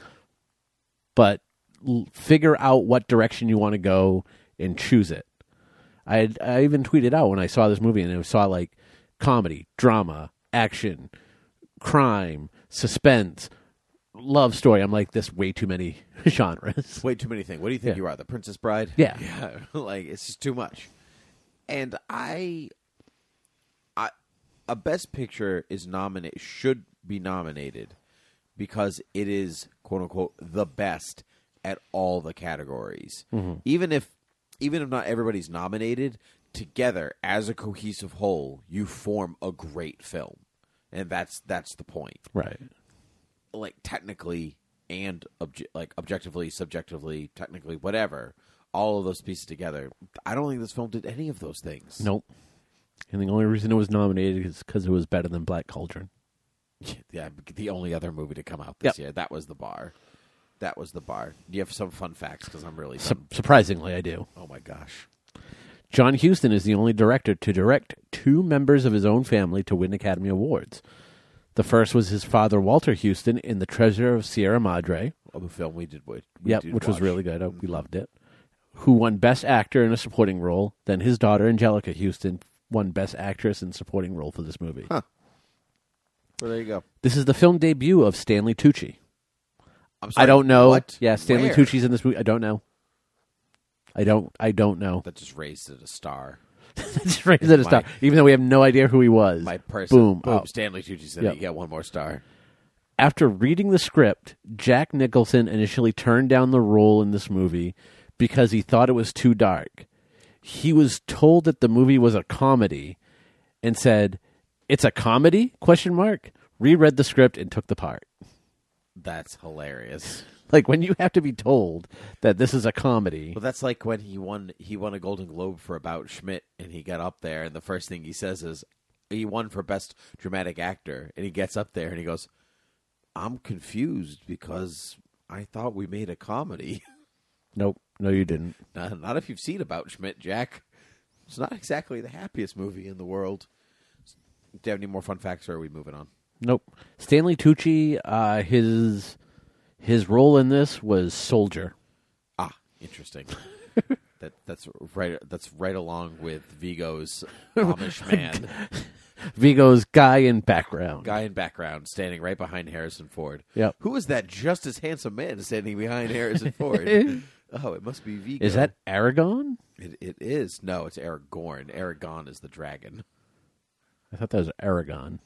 But l- figure out what direction you want to go and choose it. I had- I even tweeted out when I saw this movie and I saw like comedy, drama, action, crime, suspense, love story. I'm like, this way too many genres.
way too many things. What do you think
Yeah.
you are, the Princess Bride?
Yeah.
yeah. Like it's just too much. And I, I, a Best Picture is nominated should be nominated because it is quote unquote the best at all the categories.
Mm-hmm.
Even if, even if not everybody's nominated, together as a cohesive whole, you form a great film, and that's that's the point
Right.
like technically and obje- like objectively, subjectively, technically, whatever, all of those pieces together. I don't think this film did any of those things.
Nope. And the only reason it was nominated is because it was better than Black Cauldron.
Yeah, the only other movie to come out this
Yep.
year. That was the bar. That was the bar. Do you have some fun facts? Because I'm really
Sup
done.
surprisingly, I do.
Oh my gosh.
John Huston is the only director to direct two members of his own family to win Academy Awards. The first was his father, Walter Huston, in The Treasure of Sierra Madre,
Of a film we did. We, we
yep,
did
which was
watch.
really good. Uh, We loved it. Who won Best Actor in a Supporting Role. Then his daughter, Angelica Huston, won Best Actress in Supporting Role for this movie.
Well, there you go.
This is the film debut of Stanley Tucci.
I'm
I
sorry,
don't know.
what?
Yeah, Stanley
Where?
Tucci's in this movie. I don't know. I don't. I don't know.
That just raised it a star.
Just raise it a star,
My-
even though we have no idea who he was.
My person. Oh.
Boom.
Boom.
Out.
Stanley Tucci said,
Yep.
"You get one more star."
After reading the script, Jack Nicholson initially turned down the role in this movie because he thought it was too dark. He was told that the movie was a comedy, and said, "It's a comedy?" Question mark. Reread the script and took the part.
That's hilarious.
Like when you have to be told that this is a comedy.
Well, that's like when he won. He won a Golden Globe for About Schmidt, and he got up there, and the first thing he says is, "He won for Best Dramatic Actor," and he gets up there and he goes, "I'm confused because I thought we made a comedy."
Nope. No, you didn't.
not, not if you've seen About Schmidt, Jack. It's not exactly the happiest movie in the world. Do you have any more fun facts, or are we moving on?
Nope. Stanley Tucci, uh, his his role in this was soldier.
Ah, interesting. that that's right. That's right along with Vigo's Amish man.
Vigo's guy in background.
guy in background standing right behind Harrison Ford.
Yep.
Who is that just as handsome man standing behind Harrison Ford? oh, it must be Vigo.
Is that Aragon?
It, it is. No, it's Aragorn. Aragon is the dragon.
I thought that was Aragon.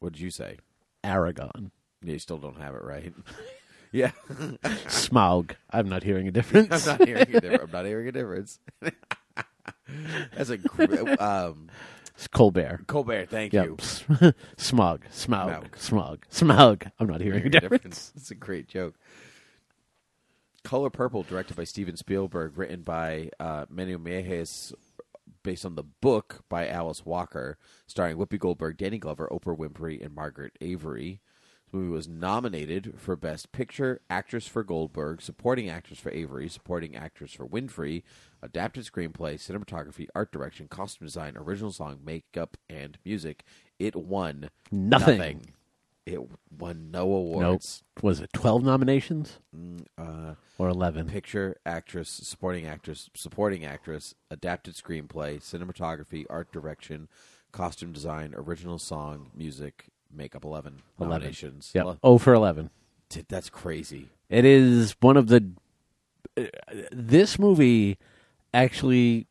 What did you say?
Aragon.
Yeah, you still don't have it right. yeah. I'm
Smaug. I'm not hearing a difference.
not hearing a difference. I'm not hearing a difference. That's a gr- um,
It's Colbert.
Colbert. Thank
Yep.
you.
Smog.
Smaug.
Smaug. Smaug. Smaug. I'm not hearing a
Hearing a
difference.
difference. It's a great joke. Color Purple, directed by Steven Spielberg, written by uh, Manu Miehes, based on the book by Alice Walker, starring Whoopi Goldberg, Danny Glover, Oprah Winfrey, and Margaret Avery. The movie was nominated for Best Picture, Actress for Goldberg, Supporting Actress for Avery, Supporting Actress for Winfrey, Adapted Screenplay, Cinematography, Art Direction, Costume Design, Original Song, Makeup, and Music. It won
Nothing.
It won no awards.
Nope. Was it 12 nominations?
Uh,
Or 11?
picture, actress, supporting actress, supporting actress, adapted screenplay, cinematography, art direction, costume design, original song, music, makeup. Eleven,
11.
nominations.
Yep.
Well,
Oh, for 11.
t- that's crazy.
It is one of the. This movie actually,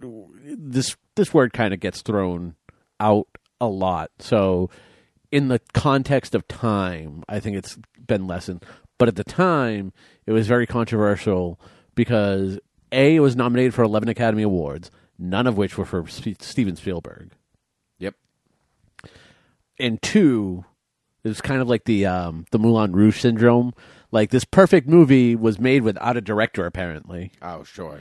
this this word kind of gets thrown out a lot. So, in the context of time, I think it's been lessened. But at the time, it was very controversial because a it was nominated for eleven Academy Awards, none of which were for Sp- Steven Spielberg
Yep.
and two, it was kind of like the um, the Moulin Rouge syndrome. Like this perfect movie was made without a director, apparently.
Oh, sure.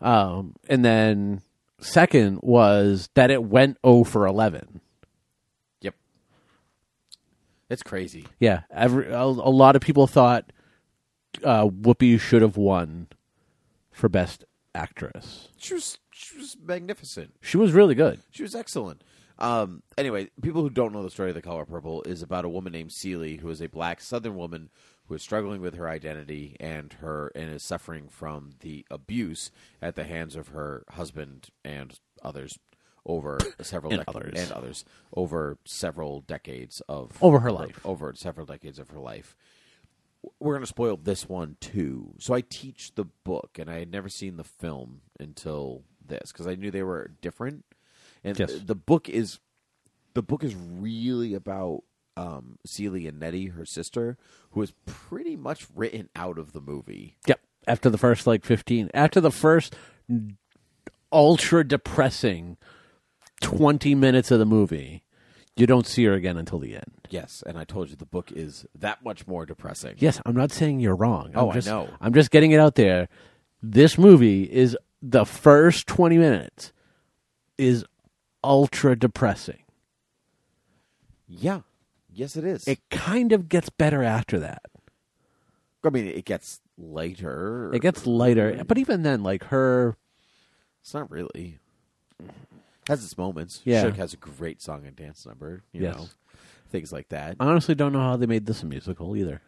Um, and then second was that it went 0 for eleven.
Yep. It's crazy.
Yeah, every a, a lot of people thought uh, Whoopi should have won for best actress.
She was she was magnificent.
She was really good.
She was excellent. Um, anyway, people who don't know the story of The Color Purple is about a woman named Seeley who is a black Southern woman who is struggling with her identity and her and is suffering from the abuse at the hands of her husband and others over several
And
dec-
others.
and others over several decades of
Over her life.
over several decades of her life we're going to spoil this one too. So I teach the book, and I had never seen the film until this because I knew they were different. And
Yes.
the book is the book is really about um, Celie and Nettie, her sister, who is pretty much written out of the movie.
Yep. After the first like 15, after the first ultra depressing 20 minutes of the movie, you don't see her again until the end.
Yes, and I told you the book is that much more depressing.
Yes, I'm not saying you're wrong. I'm
Oh, I
just-
know.
I'm just getting it out there. This movie is the first 20 minutes is ultra depressing.
Yeah. Yes, it is.
It kind of gets better after that.
I mean, it gets later.
It gets lighter, but even then like her
It's not really. Has its moments.
Mm-hmm. Yeah.
Shook has a great song and dance number. You
Yes.
know, things like that.
I honestly don't know how they made this a musical either.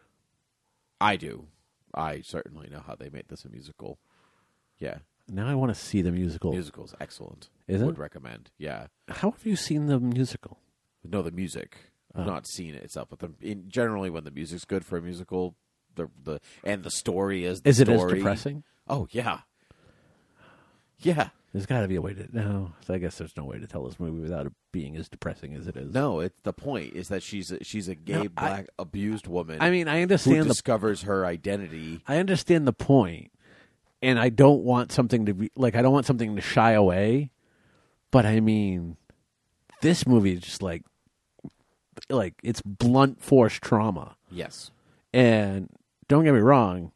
I do. I certainly know how they made this a musical. Yeah,
Now I want to see the musical.
musical's excellent.
Is it?
Would recommend. Yeah.
How have you seen the musical?
No, the music. I've
Oh.
not seen it itself, but the, in, generally when the music's good for a musical, the the and the story is the
Is it as
story-
depressing?
Oh yeah, yeah.
There's got to be a way to. No, I guess there's no way to tell this movie without it being as depressing as it is.
No, it's the point is that she's a, she's a gay
No, I-
black abused woman.
I mean, I
who
understand the.
discovers her identity.
I understand the point, and I don't want something to be like. I don't want something to shy away, but I mean, this movie is just like, like it's blunt force trauma.
Yes.
And don't get me wrong,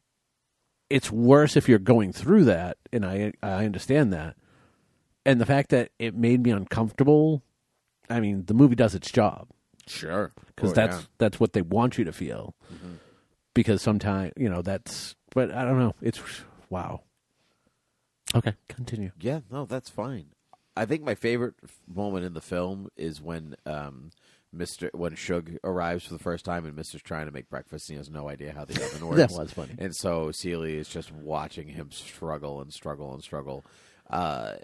it's worse if you're going through that, and I I understand that. And the fact that it made me uncomfortable, I mean, the movie does its job
Sure.
because
Oh,
that's
yeah.
that's what they want you to feel. Because sometimes you know that's, but I don't know. It's wow. Okay, continue.
Yeah, no, that's fine. I think my favorite f- moment in the film is when um, Mister when Shug arrives for the first time and Mister's trying to make breakfast and he has no idea how the oven works.
was funny.
And so Celie is just watching him struggle and struggle and struggle. Uh,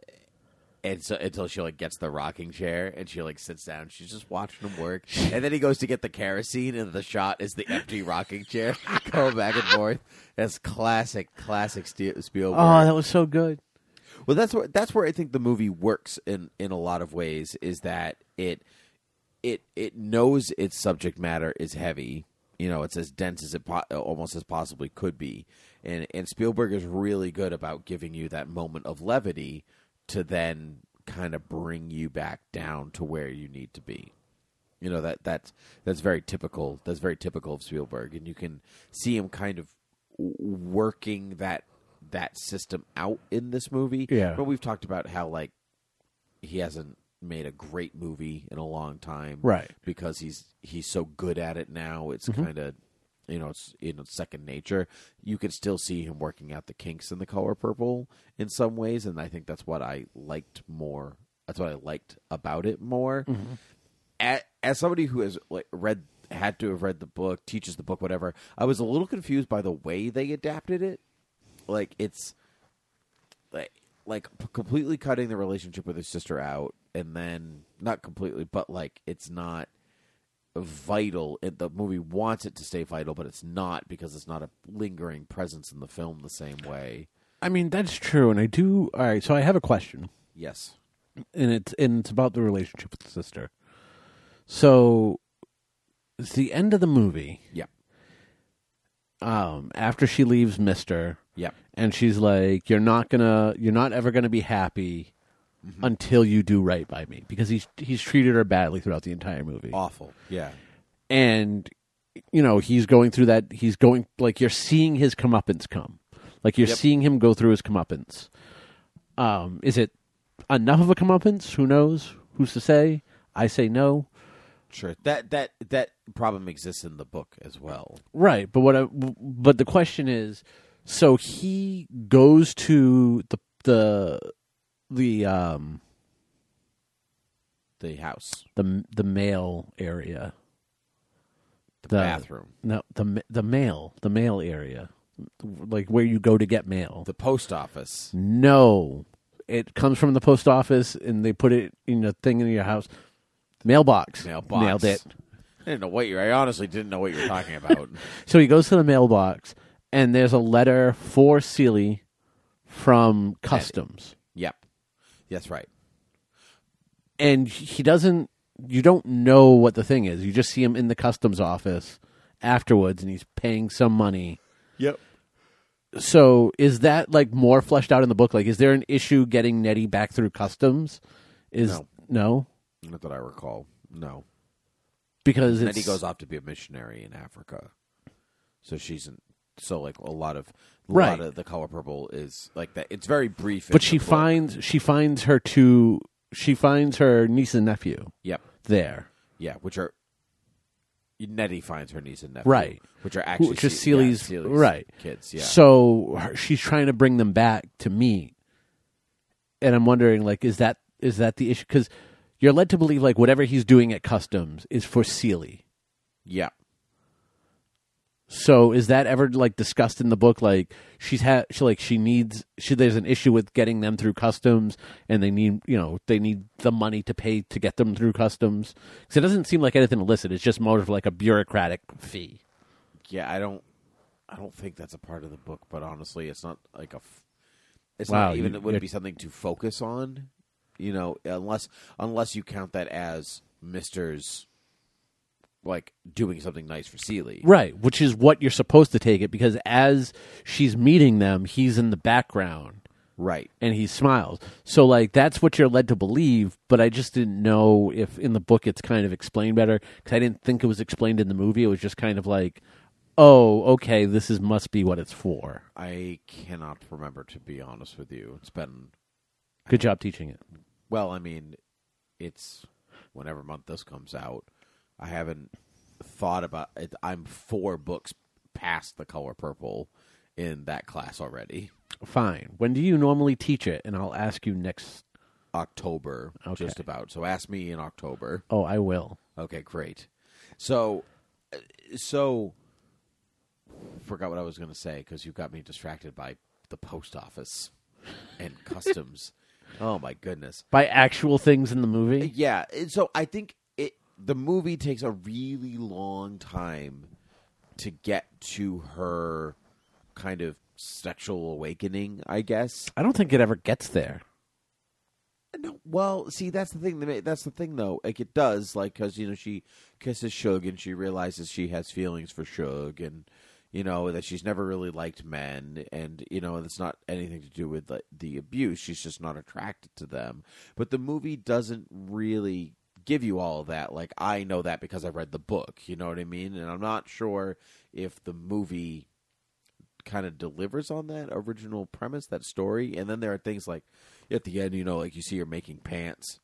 and so until she like gets the rocking chair and she like sits down, she's just watching him work. And then he goes to get the kerosene, and the shot is the empty rocking chair going back and forth. That's classic, classic Ste- Spielberg.
Oh, that was so good.
Well, that's where that's where I think the movie works in in a lot of ways is that it it it knows its subject matter is heavy. You know, it's as dense as it po- almost as possibly could be, and and Spielberg is really good about giving you that moment of levity to then kind of bring you back down to where you need to be. You know that that's that's very typical. That's very typical of Spielberg, and you can see him kind of w- working that that system out in this movie.
Yeah.
But we've talked about how like he hasn't made a great movie in a long time,
Right.
Because he's he's so good at it now. It's kind of you know it's you know second nature. You can still see him working out the kinks in the color purple in some ways, and I think that's what I liked more. That's what I liked about it more at, as somebody who has like read had to have read the book teaches the book whatever i was a little confused by the way they adapted it like it's like like p- completely cutting the relationship with his sister out and then not completely but like it's not vital it, the movie wants it to stay vital but it's not because it's not a lingering presence in the film the same way
I mean, that's true, and I do. All right, so I have a question.
yes
and it's and it's about the relationship with the sister. So it's the end of the movie.
yeah
Um, after she leaves Mister,
yeah
and she's like, "You're not gonna, you're not ever gonna be happy until you do right by me," because he's he's treated her badly throughout the entire movie,
awful yeah
and you know he's going through that. He's going like you're seeing his comeuppance come, like you're
Yep.
seeing him go through his comeuppance. Um, is it enough of a comeuppance? Who knows? Who's to say? I say no.
Sure. That that that problem exists in the book as well.
Right, but what I, but the question is, so he goes to the the the um
The house,
the the male area.
the,
The-
bathroom,
No, the ma- the mail, the mail area, like where you go to get mail.
the post office.
No, it comes from the post office, and they put it in a thing in your house. Mailbox.
Mailbox.
Nailed it.
I didn't know what you. I honestly didn't know what you were talking about.
So he goes to the mailbox, and there's a letter for Sealy from customs,
yep. That's right.
and he doesn't. You don't know what the thing is. You just see him in the customs office afterwards, and he's paying some money.
Yep.
so is that like more fleshed out in the book like is there an issue getting nettie back through customs is no,
No. Not that I recall. No.
because
And
it's,
then he goes off to be a missionary in Africa. So she's in, so like a lot of a
Right.
lot of the color purple is like that. It's very brief. in
but
the
she
book.
finds she finds her two she finds her niece and nephew
Yep.
there
Yeah, which are Nettie finds her niece and nephew,
Right.
Which are actually
Which is
Se-
Seely's-
yeah, Seely's
right.
kids. Yeah,
so her, she's trying to bring them back to me and i'm wondering like is that is that the issue because you're led to believe like whatever he's doing at customs is for Sealy.
yeah.
So is that ever like discussed in the book? Like she's had, she like she needs. She there's an issue with getting them through customs, and they need you know they need the money to pay to get them through customs. Because it doesn't seem like anything illicit. It's just more of like a bureaucratic fee.
yeah i don't i don't think that's a part of the book but honestly it's not like a f- it's
Wow,
not even
you-
it would
you're-
be something to focus on you know unless unless you count that as mister's like doing something nice for Seeley.
Right, which is what you're supposed to take it because as she's meeting them, he's in the background
right
and he smiles. So like that's what you're led to believe, but I just didn't know if in the book it's kind of explained better cuz I didn't think it was explained in the movie. It was just kind of like, "Oh, okay, this is must be what it's for."
i cannot remember to be honest with you it's been
Good job teaching it.
well i mean it's whenever month this comes out i haven't thought about it i'm four books past the color purple in that class already
Fine. When do you normally teach it? And I'll ask you next.
October, just about. So ask me in October.
Oh, I will.
Okay, great. So, uh, so forgot what I was going to say because you got me distracted by the post office and customs. oh my goodness!
By actual things in the movie?
Yeah. and So I think it the movie takes a really long time to get to her kind of sexual awakening. I guess.
I don't think it ever gets there.
No, well, see, that's the thing. that ma- That's the thing, though. Like it does, like because you know she kisses Shug and she realizes she has feelings for Shug, and you know that she's never really liked men, and you know it's not anything to do with like, the abuse. She's just not attracted to them. But the movie doesn't really give you all of that. Like I know that because I read the book. You know what I mean? And I'm not sure if the movie kind of delivers on that original premise, that story. And then there are things like at the end, you know, like you see her making pants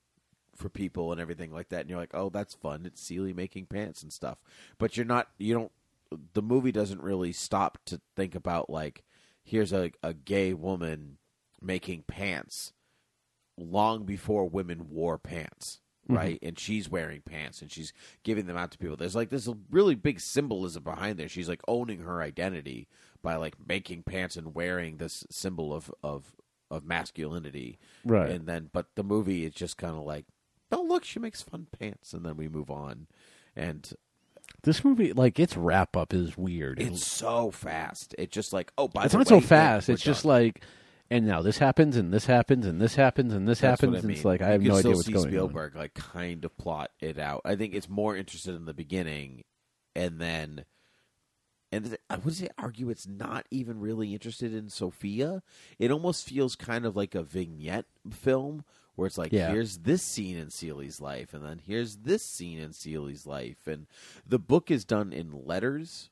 for people and everything like that, and you're like, oh, that's fun. It's Seely making pants and stuff. But you're not, you don't. The movie doesn't really stop to think about like, here's a a gay woman making pants long before women wore pants.
Mm-hmm.
Right, and she's wearing pants, and she's giving them out to people. There's like this really big symbolism behind there. She's like owning her identity by like making pants and wearing this symbol of of of masculinity.
Right.
and then but the movie is just kind of like, oh look, she makes fun pants, and then we move on. And
This movie, like its wrap up, is weird. and
it's so fast. It's just like, oh, by
it's
the
not
way,
so
yeah,
fast.
we're
It's just
done.
like, and now this happens, and this happens, and this happens, and this
That's what
happens.
I
and it's
mean.
like I
You
have
can
no idea
still
what's
see
going on.
Spielberg like kind of plot it out. I think it's more interested in the beginning, and then, and th- I would say argue it's not even really interested in Sophia. It almost feels kind of like a vignette film where it's like,
Yeah.
here's this scene in Seely's life, and then here's this scene in Seely's life, and the book is done in letters.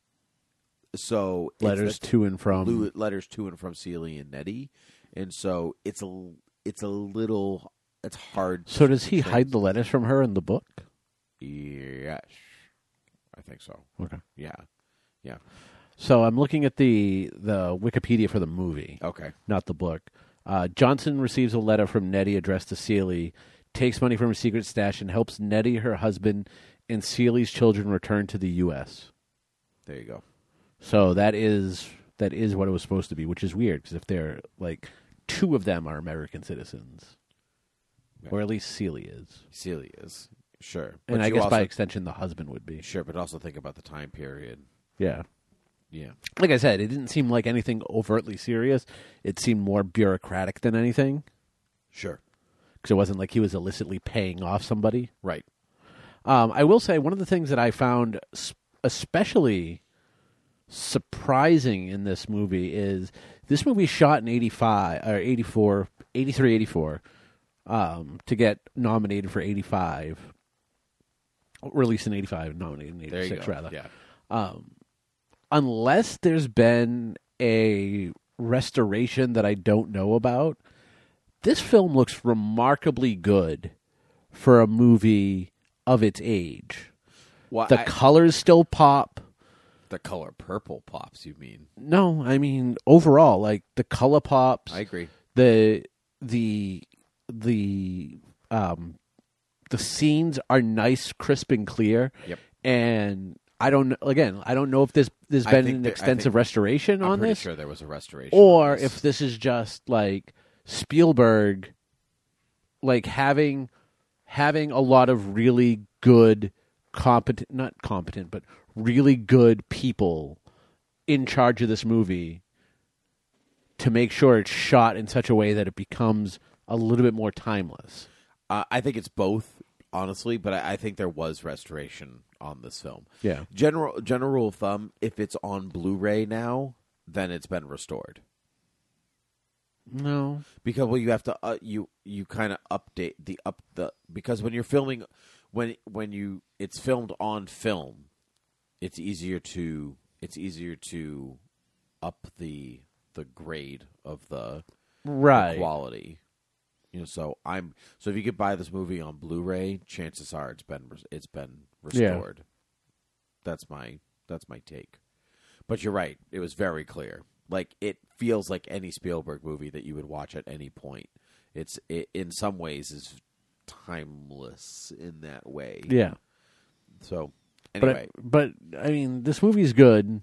So it's-
Letters to and from.
Lu- letters to and from Celie and Nettie, and so it's a l- it's a little it's hard.
So does he hide the letters from her in the book?
Yes, I think so.
Okay.
Yeah, yeah.
So I'm looking at the the Wikipedia for the movie,
Okay.
not the book. Uh, Johnson receives a letter from Nettie addressed to Seely, takes money from a secret stash, and helps Nettie, her husband, and Seely's children return to the U.S.
There you go.
So that is that is what it was supposed to be, which is weird because if they're like two of them are American citizens, or at least Seely is,
Celia is sure,
and I
you
guess
also,
by extension the husband would be.
sure, but also think about the time period.
Yeah.
Yeah,
Like I said, it didn't seem like anything overtly serious. It seemed more bureaucratic than anything.
sure.
because it wasn't like he was illicitly paying off somebody.
Right.
Um, I will say one of the things that I found s- especially surprising in this movie is this movie shot in 85 or 84 83 84 um, to get nominated for 85 released in 85 nominated in
There you
86
go.
rather
Yeah.
unless there's been a restoration that I don't know about, this film looks remarkably good for a movie of its age.
Well,
The
I-
colors still pop.
the color purple pops. You mean?
No, I mean overall, like the color pops.
I agree.
The the the um the scenes are nice, crisp, and clear.
Yep.
And I don't again. I don't know if there's there's
I
been
think
an
that- I
extensive
think-
restoration
I'm
on
pretty
this.
sure there was a restoration.
or
on this.
if this is just like Spielberg like having having a lot of really good competent not competent but really good people in charge of this movie to make sure it's shot in such a way that it becomes a little bit more timeless.
Uh, I think it's both, honestly, but I, I think there was restoration on this film.
Yeah.
General general rule of thumb: if it's on Blu-ray now, then it's been restored
No.
because well, you have to uh, you you kind of update the up the because when you're filming when when you it's filmed on film, it's easier to it's easier to up the the grade of the
Right.
quality. You know, so I'm so if you could buy this movie on Blu-ray, chances are it's been res- it's been
Yeah.
restored. That's my that's my take. But you're right; it was very clear. Like it feels like any Spielberg movie that you would watch at any point. It's it, in some ways is timeless in that way.
Yeah.
So
But
anyway,
but I mean, this movie's good.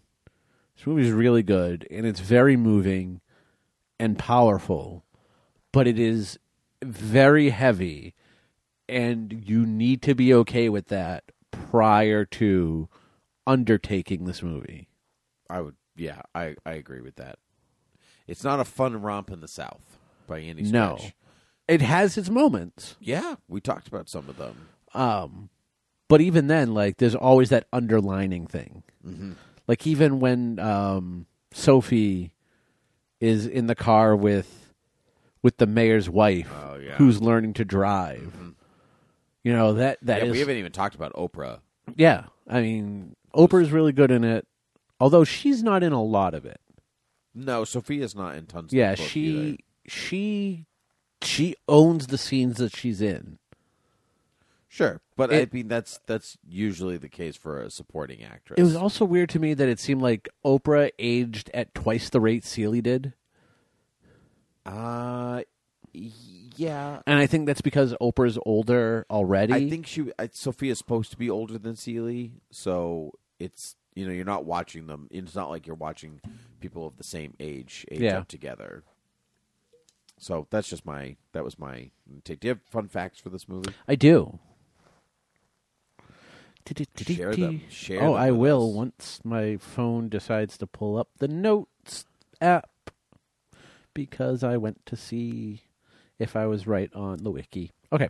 This movie's really good, and it's very moving and powerful. But it is very heavy, and you need to be okay with that prior to undertaking this movie.
I would yeah, I I agree with that. It's not a fun romp in the South by any stretch.
No, it has its moments,
Yeah, we talked about some of them.
um, but even then, like, there's always that underlining thing.
Mm-hmm.
Like even when um, Sophie is in the car with with the mayor's wife,
Oh, yeah. Mm-hmm.
who's learning to drive. You know that that
Yeah,
is
we haven't even talked about Oprah.
yeah. I mean, Oprah's really good in it, although she's not in a lot of it.
No, Sophia's not in tons.
Yeah,
of the book
she
either.
she she owns the scenes that she's in.
sure, but
It-
I mean that's that's usually the case for a supporting actress.
It was also weird to me that it seemed like Oprah aged at twice the rate Seeley did.
uh, yeah.
And I think that's because Oprah's older already.
I think she I, Sophia's supposed to be older than Celie, so it's you know you're not watching them. It's not like you're watching people of the same age age
Yeah.
up together. So that's just my that was my take. Do you have fun facts for this movie?
I do.
Share them. Share
Oh,
them
I
with
will
us.
once my phone decides to pull up the notes app because I went to see if I was right on the wiki. Okay.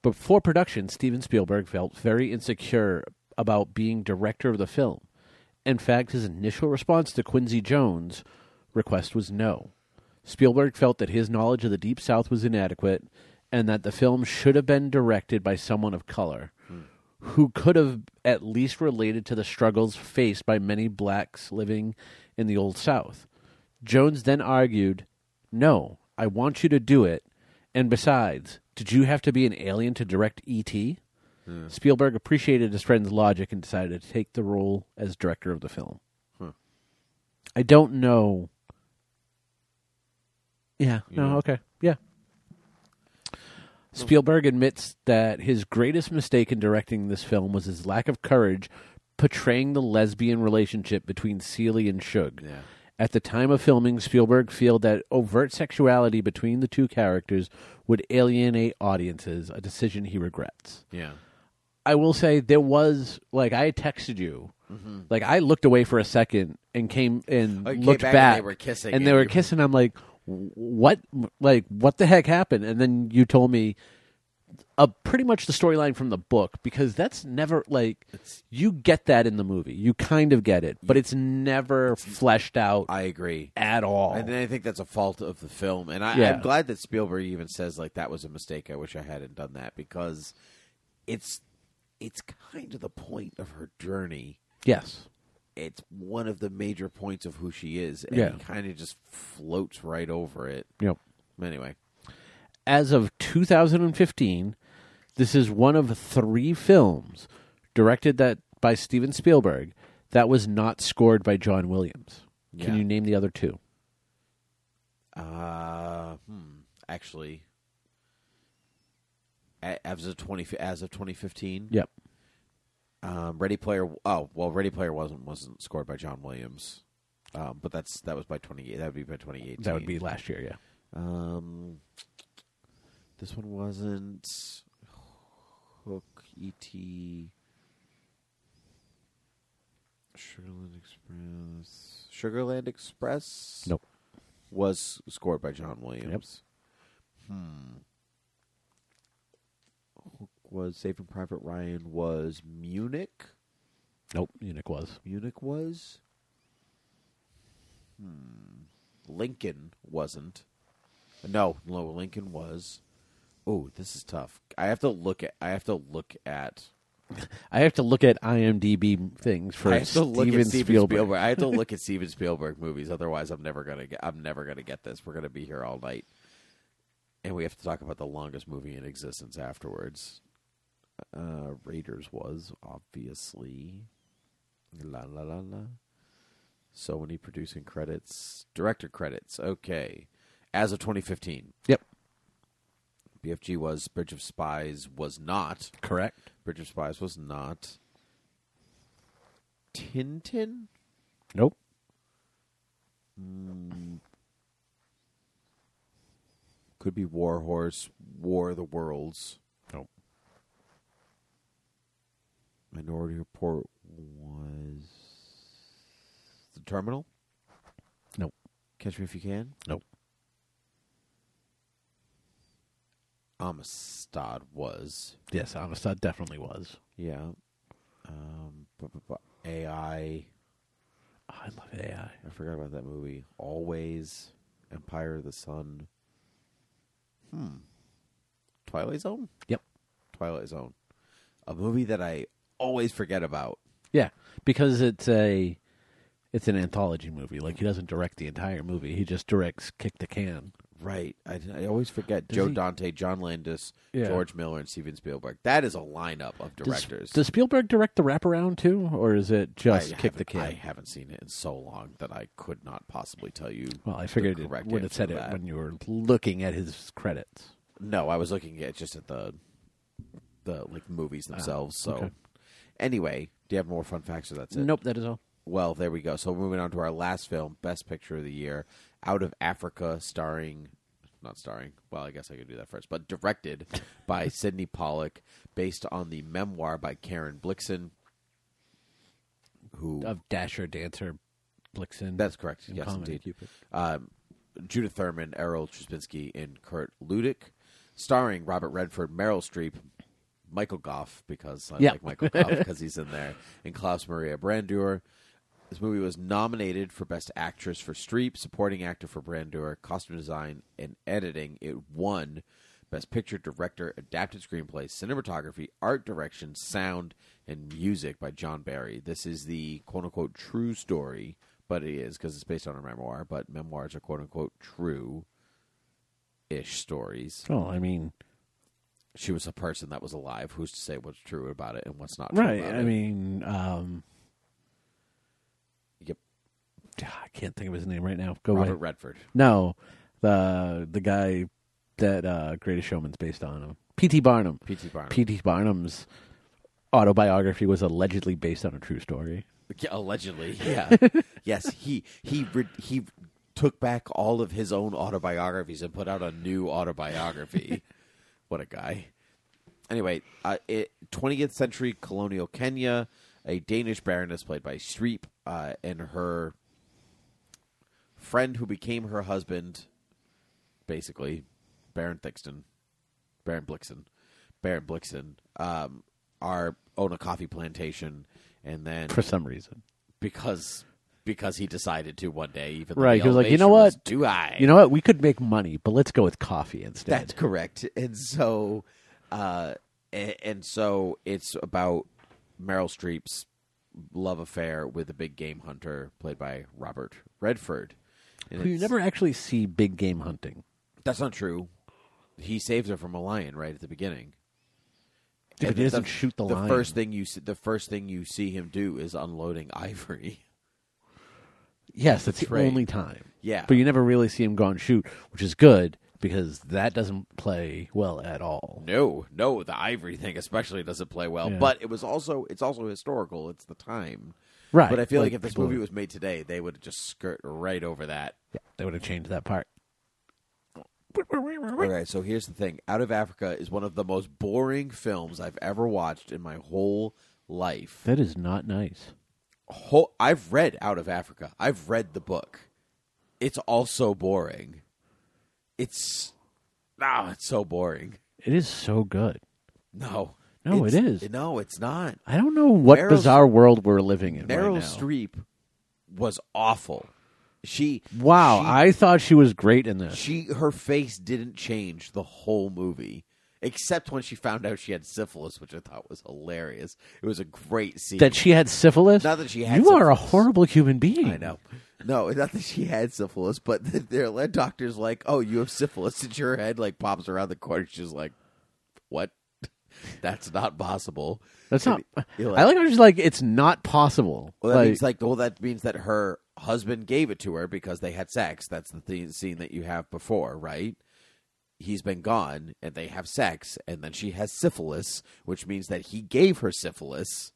Before production, Steven Spielberg felt very insecure about being director of the film. In fact, his initial response to Quincy Jones' request was no. Spielberg felt that his knowledge of the Deep South was inadequate and that the film should have been directed by someone of color who could have at least related to the struggles faced by many blacks living in the Old South. Jones then argued, No, I want you to do it. And besides, did you have to be an alien to direct E.T.? E Spielberg appreciated his friend's logic and decided to take the role as director of the film. I don't know. Yeah. No. Okay. Yeah. Spielberg admits that his greatest mistake in directing this film was his lack of courage portraying the lesbian relationship between Celie and Shug.
Yeah.
At the time of filming, Spielberg felt that overt sexuality between the two characters would alienate audiences, a decision he regrets.
Yeah.
I will say there was like I texted you, like I looked away for a second and came and
Mm-hmm. Oh, you came
looked
back and
back.
they were kissing
and
and
they were
you-
kissing. I'm like, what? Like what the heck happened? And then you told me, uh, pretty much the storyline from the book because that's never like you get that in the movie. You kind of get it, but it's never fleshed out
I agree.
at all.
And then I think that's a fault of the film. And I,
Yeah.
I'm glad that Spielberg even says like that was a mistake. I wish I hadn't done that because it's it's kind of the point of her journey.
yes,
It's one of the major points of who she is, and
Yeah.
he kind of just floats right over it.
yep.
Anyway,
as of 2015, this is one of three films directed that by Steven Spielberg that was not scored by John Williams.
Yeah.
Can you name the other two?
uh, hmm, actually, a- as of twenty as of 2015,
Yep.
Um, Ready Player. Oh well, Ready Player wasn't wasn't scored by John Williams, um, but that's that was by twenty eight. That would be by twenty eighteen.
That would be last year, yeah.
Um, this one wasn't Hook E ET. Sugarland Express. Sugarland Express.
Nope.
Was scored by John Williams. Hmm. Hook was Saving Private Ryan was Munich.
Nope. Munich was.
Munich was. Hmm. Lincoln wasn't. No, no, Lincoln was. Oh, this is tough. I have to look at. I have to look at.
I have to look at IMDb things for
I have to
Steven,
look at Steven Spielberg.
Spielberg.
I have to look at Steven Spielberg movies. Otherwise, I'm never gonna. Get, I'm never gonna get this. We're gonna be here all night, and we have to talk about the longest movie in existence afterwards. Uh, Raiders was obviously. La la la la. So many producing credits, director credits. Okay, as of 2015,
Yep.
BFG was Bridge of Spies was not.
Correct.
Bridge of Spies was not. Tintin.
Nope.
Could be War Horse, War of the Worlds,
Nope.
Minority Report was The Terminal,
Nope.
Catch Me If You Can,
Nope.
Amistad was,
Yes, Amistad definitely was.
yeah, um, bu- bu- bu- AI.
I love AI.
I forgot about that movie. Always, Empire of the Sun. Hmm. Twilight Zone.
Yep.
Twilight Zone, a movie that I always forget about.
Yeah, because it's a it's an anthology movie. Like he doesn't direct the entire movie; he just directs "Kick the Can."
Right. I, I always forget Joe
he-
Dante, John Landis,
Yeah.
George Miller, and Steven Spielberg. That is a lineup of
Does,
directors.
does Spielberg direct the wraparound too, or is it
I
just "Kick the
haven't-
Can"?
I haven't seen it in so long that I could not possibly tell you.
well, I figured
the
it
correct
would have
answer
said
to
it
that.
when you were looking at his credits.
No, I was looking at just at the the like movies themselves. so,
Ah, okay.
anyway, do you have more fun facts or that's it?
Nope, that is all.
Well, there we go. So moving on to our last film, Best Picture of the Year, Out of Africa, starring, not starring. Well, I guess I could do that first, but directed by Sidney Pollack, based on the memoir by Karen Blixen. Who?
Of Dasher, Dancer, Blixen.
that's correct.
and
yes,
Comet and
indeed.
Cupid.
Um, Judith Thurman, Errol Trubinsky, and Kurt Ludick, starring Robert Redford, Meryl Streep, Michael Goff because I
Yeah.
like Michael Goff because he's in there, and Klaus Maria Brandauer. This movie was nominated for Best Actress for Streep, Supporting Actor for Brandauer, Costume Design and Editing. It won Best Picture, Director, Adapted Screenplay, Cinematography, Art Direction, Sound, and Music by John Barry. This is the quote unquote true story, but it is because it's based on a memoir, but memoirs
Oh,
are quote unquote true ish stories.
Well, I mean,
she was a person that was alive. Who's to say what's true about it and what's not true
right.
about
I
it?
mean, um,
yep.
I can't think of his name right now. Go
Robert
away.
Redford.
No, the the guy that uh, Greatest Showman's based on. P.T. Barnum.
P.T. Barnum.
P.T. Barnum's autobiography was allegedly based on a true story.
Yeah, allegedly, yeah, yes. He he re- he took back all of his own autobiographies and put out a new autobiography. what a guy! Anyway, uh, it, 20th century colonial Kenya, a Danish baroness played by Streep, uh, and her friend who became her husband, basically Baron Thixton, Baron Blixen, Baron Blixen, um, are own a coffee plantation. And then
for some reason.
because because he decided to one day, even though
Right,
the
he was like, "You know
elevation was
what?
too high."
You know what? We could make money, but let's go with coffee instead.
that's correct. And so, uh, and, and so it's about Meryl Streep's love affair with a big game hunter played by Robert Redford. And
Who you
it's-
never actually see big game hunting.
That's not true. He saves her from a lion right at the beginning.
Dude,
And
he doesn't shoot the,
the
lion.
first thing you see, the first thing you see him do is unloading ivory.
yes, that's the
Right.
only time.
Yeah.
but you never really see him go and shoot, which is good because that doesn't play well at all.
No, no, the ivory thing especially doesn't play well.
Yeah.
But it was also it's also historical. It's the time,
Right,
But I feel like,
like
if this
people-
movie was made today, they would just skirt right over that.
Yeah, they would have changed that part.
All right, so here's the thing: Out of Africa is one of the most boring films I've ever watched in my whole life.
That is not nice.
Whole, I've read Out of Africa. I've read the book. It's all so boring. It's ah, it's so boring.
It is so good.
No,
No, it
It's-
is.
No, it's not.
I don't know what
Meryl's-
bizarre world we're living in.
Meryl
right now.
Streep was awful. She
Wow,
she,
I thought she was great in this.
she her face didn't change the whole movie, except when she found out she had syphilis, which I thought was hilarious. It was a great scene.
that she had syphilis.
Not that she had
You are a
syphilis.
horrible human being.
I know. No, not that she had syphilis, but their lead doctor's like, "Oh, you have syphilis," and her head like pops around the corner. She's like, "What? That's not possible."
That's not.
And you're
I like how she's like, it's not possible.
Well, that
like,
means like well, that means that her husband gave it to her because they had sex. That's the thing, scene that you have before, right? He's been gone, and they have sex, and then she has syphilis, which means that he gave her syphilis,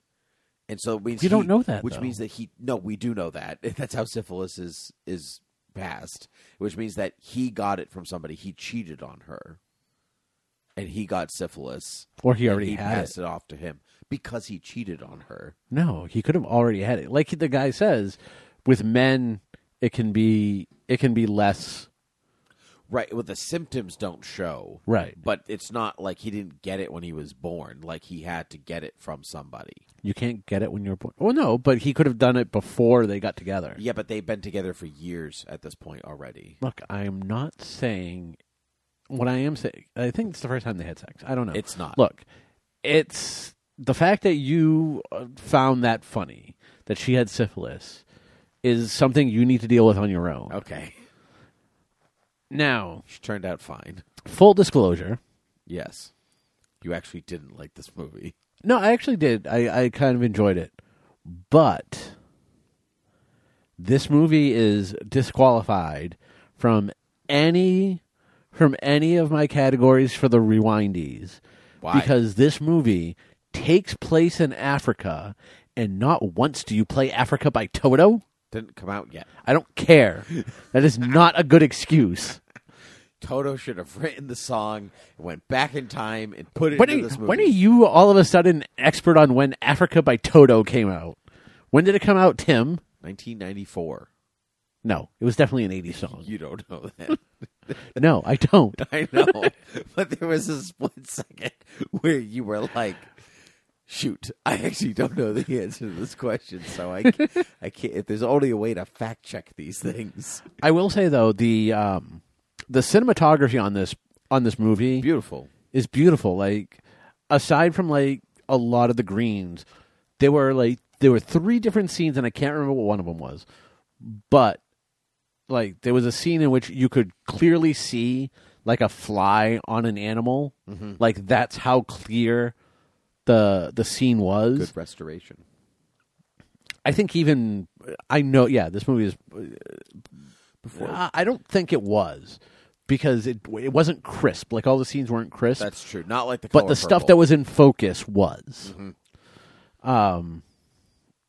and so it means
We
he-
don't know that,
which
though.
means that he no, we do know that. That's how syphilis is is passed, which means that he got it from somebody. He cheated on her, and he got syphilis.
or he
and
already
he
had
passed
it.
it off to him because he cheated on her.
No, he could have already had it. Like the guy says, with men, it can be it can be less.
Right. Well, the symptoms don't show.
Right.
But it's not like he didn't get it when he was born. Like he had to get it from somebody.
You can't get it when you're born. Oh no, but he could have done it before they got together.
Yeah, but they've been together for years at this point already.
Look, I am not saying what I am saying. I think it's the first time they had sex. I don't know.
It's not.
Look, it's the fact that you uh, found that funny that she had syphilis is something you need to deal with on your own.
Okay.
Now,
She turned out fine.
full disclosure.
Yes. You actually didn't like this movie.
No, I actually did. I, I kind of enjoyed it. But this movie is disqualified from any from any of my categories for the rewindies.
Why?
Because this movie takes place in Africa and not once do you play Africa by Toto.
Didn't come out yet.
I don't care. that is not a good excuse.
Toto should have written the song, went back in time, and put it
When are,
into this movie.
when are you all of a sudden expert on when Africa by Toto came out? When did it come out, Tim?
1994.
No, it was definitely an 80s song.
You don't know that.
No, I don't.
I know. but there was a split second where you were like, shoot, I actually don't know the answer to this question. So I, ca- I can't, if there's only a way to fact check these things.
I will say though the um, the cinematography on this on this movie
Beautiful.
is beautiful. Like aside from like a lot of the greens, there were like there were three different scenes, and I can't remember what one of them was, but like there was a scene in which you could clearly see like a fly on an animal. Like that's how clear the the scene was.
Good restoration.
I think even I know. Yeah, this movie is.
Before-
Uh, I don't think it was because it it wasn't crisp. Like all the scenes weren't crisp.
That's true. Not like the
but
color
the stuff
purple. Mm-hmm.
that was in focus was.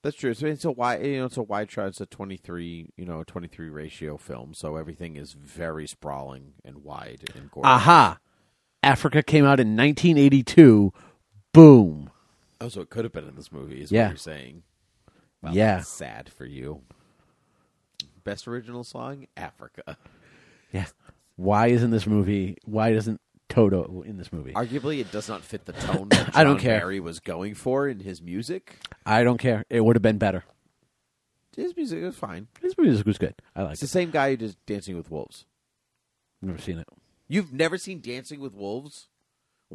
That's true. So it's a wide, you know, it's a wide shot. It's a twenty-three, you know, twenty-three ratio film. So everything is very sprawling and wide and gorgeous.
Aha! Africa came out in 1982. Boom.
Oh, so it could have been in this movie. Is
Yeah.
what you're saying?
Yeah.
that's sad for you. Best original song, Africa.
Yeah. Why isn't this movie? Why doesn't Toto in this movie?
Arguably, it does not fit the tone that John
I don't care.
Barry was going for in his music.
I don't care. It would have been better.
His music is fine.
This movie was good. I like
It's
it.
the same guy who does Dancing with Wolves.
Never seen it.
You've never seen Dancing with Wolves?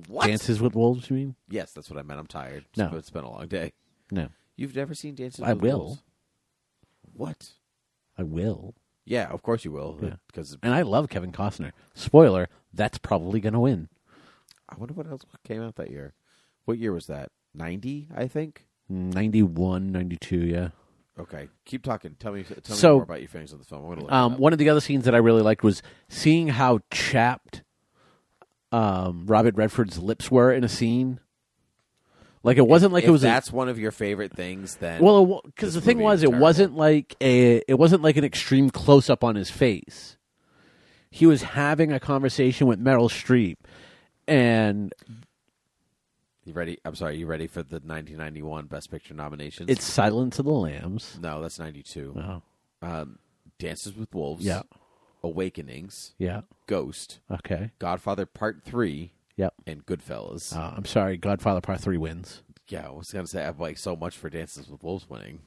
What?
Dances with Wolves. You mean?
Yes, that's what I meant. I'm tired.
No.
it's been a long day.
No.
You've never seen Dances
I
with
will.
Wolves? What?
I will.
Yeah, of course you will. uh,
Yeah.
Because
And I love Kevin Costner. Spoiler: That's probably going to win.
I wonder what else came out that year. What year was that? 90, I think.
91, 92, Yeah.
Okay, keep talking. Tell me, tell
So-
me more about your feelings on the film. I'm gonna look it
Um,
up.
one of the other scenes that I really liked was seeing how chapped um, Robert Redford's lips were in a scene. Like it wasn't like
if
it was a,
that's one of your favorite things, then
well because
this
the thing
movie
was
is
it
terrible.
wasn't like a it wasn't like an extreme close up on his face. He was having a conversation with Meryl Streep, and
you ready? I'm sorry, you ready for the 1991 Best Picture nominations?
it's Silence of the Lambs.
no, that's 92.
Oh,
Um, Dances with Wolves,
Yeah.
Awakenings,
yeah.
Ghost,
Okay.
Godfather Part Three,
Yep.
and Goodfellas.
Uh, I'm sorry. Godfather Part Three wins.
yeah, I was gonna say I've like so much for Dances with Wolves winning.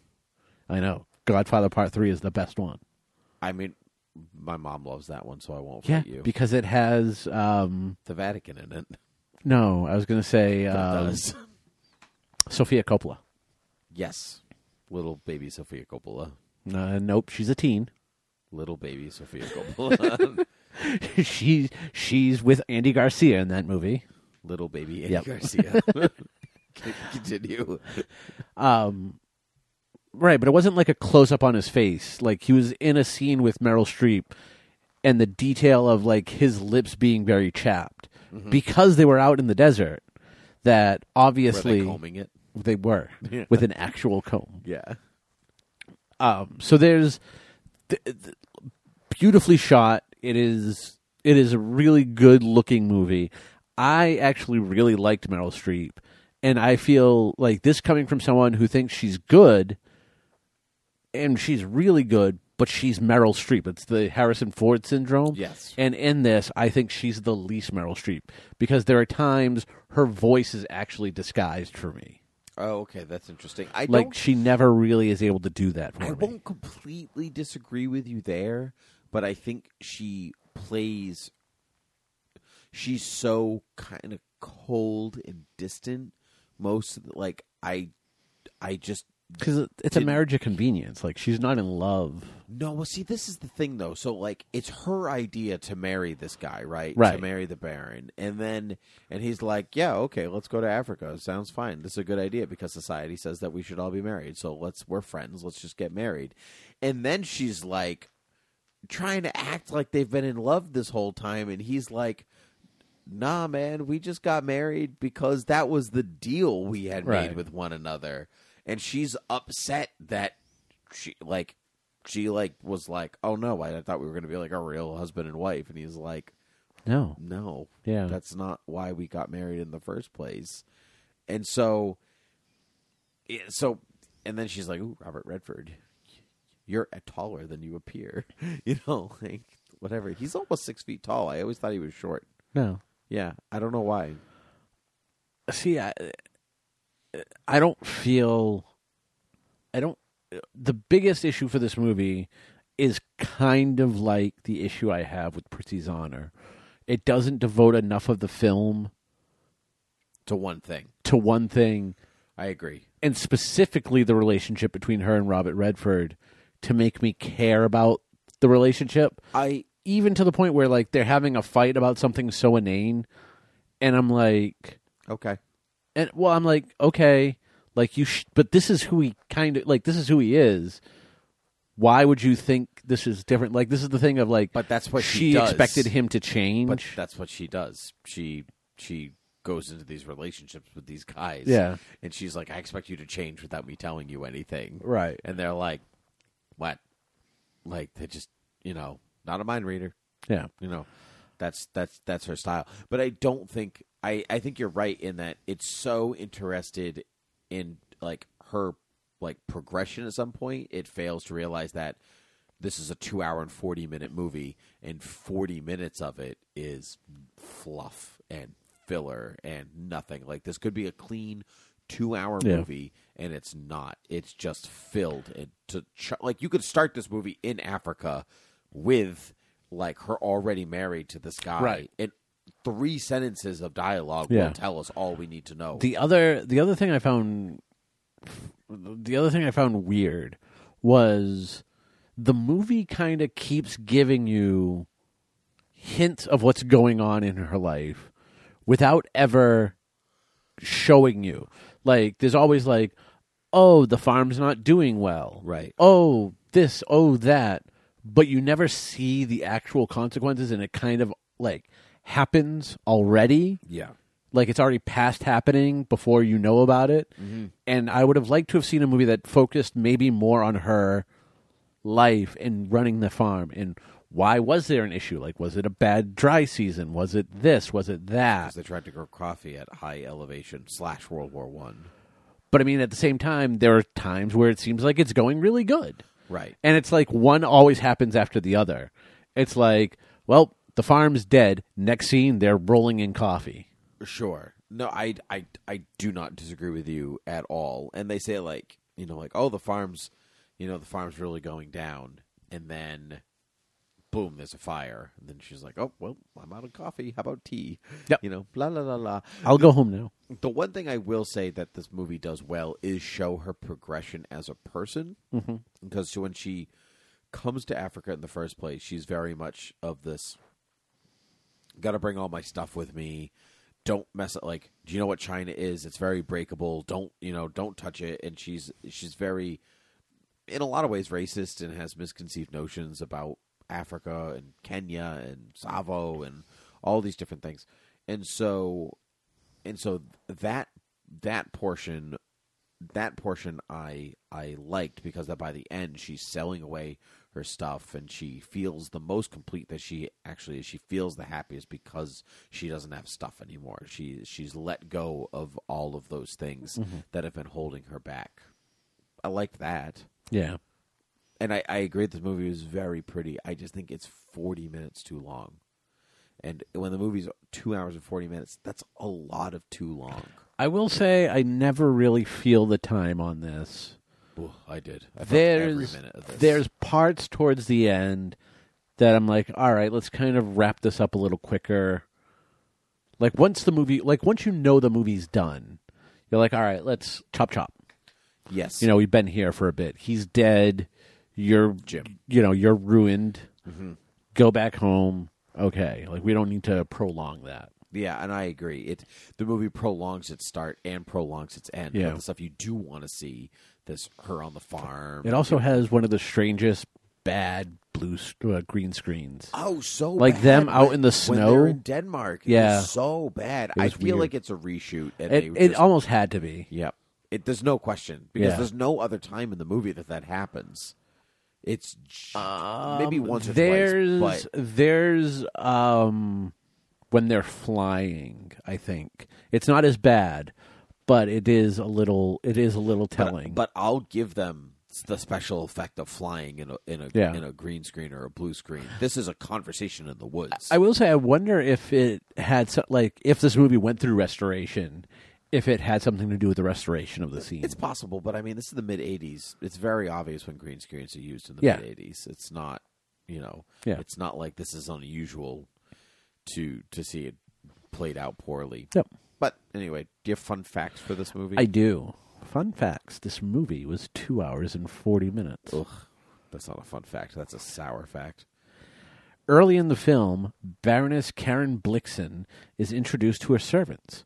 I know. Godfather Part Three is the best one.
I mean, my mom loves that one, so I won't
Yeah,
fight you.
because it has um,
the Vatican in it.
no. I was going to say
It
um,
does.
Sophia Coppola.
Yes, little baby Sophia Coppola.
Uh, nope, she's a teen.
Little baby Sophia Coppola.
she's she's with Andy Garcia in that movie.
Little baby Andy
Yep.
Garcia. Continue.
Right, but it wasn't like a close up on his face. Like he was in a scene with Meryl Streep, and the detail of like his lips being very chapped because they were out in the desert. That
Were Mm-hmm.
obviously
they combing it?
they were
Yeah.
with an actual comb.
Yeah.
Um, so there's th- th- beautifully shot. It is it is a really good looking movie. I actually really liked Meryl Streep, and I feel like this coming from someone who thinks she's good, and she's really good, but she's Meryl Streep. It's the Harrison Ford syndrome.
Yes.
And in this, I think she's the least Meryl Streep because there are times her voice is actually disguised for me.
Oh, okay. That's interesting. I
Like
don't.
she never really is able to do that for
I
me.
won't completely disagree with you there, but I think she plays. She's so kind of cold and distant. Most of the, like I, I just
because it's a
Did-
marriage of convenience. Like she's not in love.
No, well, see, this is the thing, though. So, like, it's her idea to marry this guy, right?
Right.
To marry the Baron, and then, and he's like, "Yeah, okay, let's go to Africa. Sounds fine. This is a good idea because society says that we should all be married. So let's, we're friends. Let's just get married." And then she's like, trying to act like they've been in love this whole time, and he's like, "Nah, man, we just got married because that was the deal we had
Right.
made with one another." And she's upset that she like she like was like, "Oh no, I, I thought we were going to be like a real husband and wife," and he's like,
No.
"No,
Yeah.
that's not why we got married in the first place." And so, yeah, so, and then she's like, "Ooh, Robert Redford, you're taller than you appear," you know, like whatever. He's almost six feet tall. I always thought he was short.
No.
Yeah, I don't know why.
See, I I don't feel I don't the biggest issue for this movie is kind of like the issue I have with Pretty's Honor. It doesn't devote enough of the film
To one thing,
to one thing
I agree.
and specifically the relationship between her and Robert Redford to make me care about the relationship.
I
even to the point where like they're having a fight about something so inane, and I'm like,
Okay.
and well, I'm like, okay, like you, sh- but this is who he kind of like. This is who he is. Why would you think this is different? Like this is the thing of like,
But that's what
she
she does.
expected him to change.
But that's what she does. She she goes into these relationships with these guys.
Yeah.
And she's like, I expect you to change without me telling you anything.
Right.
And they're like, What? Like they just you know, not a mind reader.
yeah,
You know. That's that's that's her style. But I don't think I, I think you're right in that it's so interested in like her like progression at some point, it fails to realize that this is a two hour and forty minute movie and forty minutes of it is fluff and filler and nothing. Like this could be a clean two hour
Yeah.
movie and it's not. It's just filled and to ch- like you could start this movie in Africa with like her already married to this guy
Right.
and three sentences of dialogue
Yeah.
will tell us all we need to know.
The other the other thing I found the other thing I found weird was the movie kind of keeps giving you hints of what's going on in her life without ever showing you. Like there's always like oh the farm's not doing well.
Right.
Oh this, oh that, but you never see the actual consequences and it kind of like happens already
yeah.
like it's already past happening before you know about it and i would have liked to have seen a movie that focused maybe more on her life and running the farm and why was there an issue like was it a bad dry season was it this was it that
because they tried to grow coffee at high elevation slash World War One.
but i mean at the same time there are times where it seems like it's going really good
Right.
and it's like one always happens after the other it's like well the farm's dead next scene they're rolling in coffee
Sure. No, I, I, I do not disagree with you at all. And they say like, you know, like, oh, the farm's, you know, the farm's really going down, and then, boom, there's a fire, and then she's like, oh, well, I'm out of coffee. How about tea?
Yep.
You know, blah la la la.
i'll go home now
the one thing I will say that this movie does well is show her progression as a person. Mm-hmm. Because when she comes to Africa in the first place, she's very much of this got to bring all my stuff with me. Don't mess up. Like, do you know what China is? It's very breakable. Don't you know? Don't touch it. And she's she's very, in a lot of ways, racist and has misconceived notions about Africa and Kenya and Savo and all these different things. And so, and so that that portion that portion I I liked because that by the end she's selling away her stuff and she feels the most complete that she actually is. She feels the happiest because she doesn't have stuff anymore. She she's let go of all of those things that have been holding her back. I liked that.
yeah
And I, I agree this movie was very pretty. I just think it's forty minutes too long. And when the movie's two hours and forty minutes, that's a lot of too long.
I will say I never really feel the time on this.
Ooh, I did. I felt every
There's
minute of this.
there's parts towards the end that I'm like, all right, let's kind of wrap this up a little quicker. Like once the movie, like once you know the movie's done, you're like, all right, let's chop chop.
yes,
You know, we've been here for a bit. He's dead. You're
Jim. Mm-hmm.
You know, you're ruined. Go back home. Okay, like we don't need to prolong that.
Yeah, and I agree. It the movie prolongs its start and prolongs its end.
Yeah.
But the stuff you do want to see this her on the farm.
It also has one of the strangest bad blue s- uh, green screens.
oh, so
Like
bad
them out
when-
in the
when they're
snow?
in Denmark. It was
Yeah.
so bad. I
was
feel
weird.
like it's a reshoot. And
It,
they
it
just,
almost had to be.
Yep. It there's no question because
Yeah.
there's no other time in the movie that that happens. It's j- maybe once or
Um, there's
twice, but
there's um when they're flying. I think it's not as bad, but it is a little. It is a little telling.
But I'll give them the special effect of flying in a in a
Yeah.
in a green screen or a blue screen. This is a conversation in the woods.
I will say, I wonder if it had so, like if this movie went through restoration, if it had something to do with the restoration of the scene.
It's possible, but I mean, this is the mid '80s. It's very obvious when green screens are used in the
Yeah.
mid '80s. It's not, you know,
Yeah.
it's not like this is unusual to to see it played out poorly.
Yep.
But anyway, do you have fun facts for this movie?
I do. Fun facts: This movie was two hours and forty minutes.
Ugh, that's not a fun fact. That's a sour fact.
Early in the film, Baroness Karen Blixen is introduced to her servants.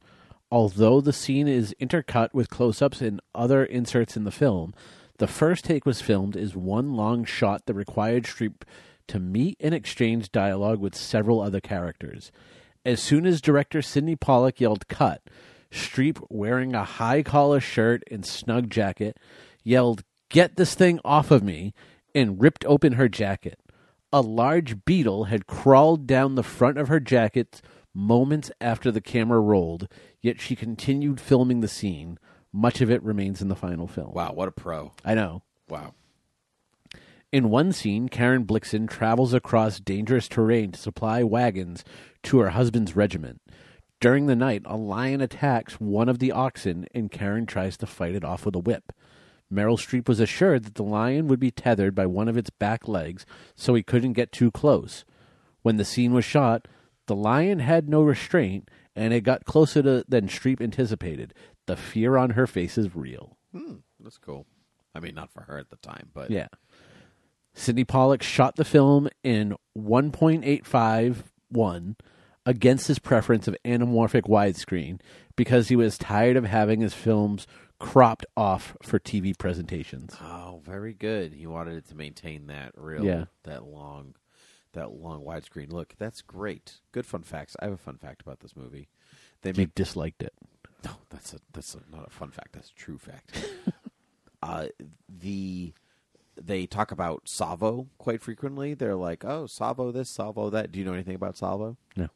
Although the scene is intercut with close ups and other inserts in the film, the first take was filmed as one long shot that required Streep to meet and exchange dialogue with several other characters. As soon as director Sidney Pollock yelled cut, Streep, wearing a high collar shirt and snug jacket, yelled, Get this thing off of me, and ripped open her jacket. A large beetle had crawled down the front of her jacket moments after the camera rolled, yet she continued filming the scene. Much of it remains in the final film.
Wow, what a pro.
I know.
Wow.
In one scene, Karen Blixen travels across dangerous terrain to supply wagons to her husband's regiment. During the night, a lion attacks one of the oxen, and Karen tries to fight it off with a whip. Meryl Streep was assured that the lion would be tethered by one of its back legs, so he couldn't get too close. When the scene was shot, the lion had no restraint, and it got closer to, than Streep anticipated. The fear on her face is real.
That's cool. I mean, not for her at the time, but
Yeah. Sidney Pollock shot the film in 1.851 against his preference of anamorphic widescreen because he was tired of having his films cropped off for TV presentations.
Oh, very good. He wanted it to maintain that real,
Yeah.
that long, that long widescreen look. That's great. Good fun facts. I have a fun fact about this movie. They
You
make
disliked it.
no. That's a that's a, not a fun fact. That's a true fact. uh, the they talk about Savo quite frequently. They're like, oh, Savo this, Savo that. Do you know anything about Savo?
No.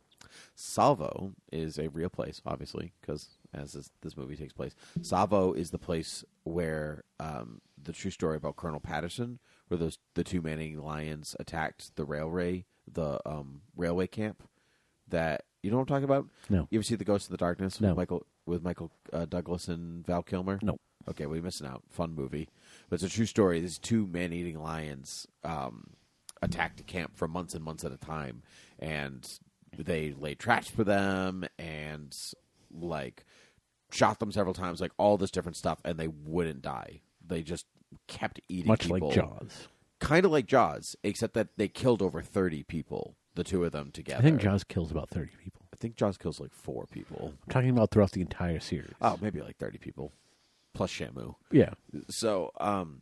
Salvo is a real place, obviously, because as this, this movie takes place, Salvo is the place where um, the true story about Colonel Patterson, where those the two Manning lions attacked the railway, the um, railway camp. That you know what I'm talking about?
No.
You ever see The Ghost in the Darkness?
No.
With Michael with Michael uh, Douglas and Val Kilmer.
No.
Okay, we're missing out. Fun movie, but it's a true story. These two man-eating lions um, attacked a camp for months and months at a time, and they laid traps for them and like shot them several times, like all this different stuff, and they wouldn't die. They just kept eating,
Much
people.
like Jaws.
kind of like Jaws, except that they killed over thirty people, the two of them together.
I think Jaws kills about 30 people.
I think Jaws kills like four people.
I'm talking about throughout the entire series.
Oh, maybe like thirty people, plus Shamu.
Yeah.
So, um,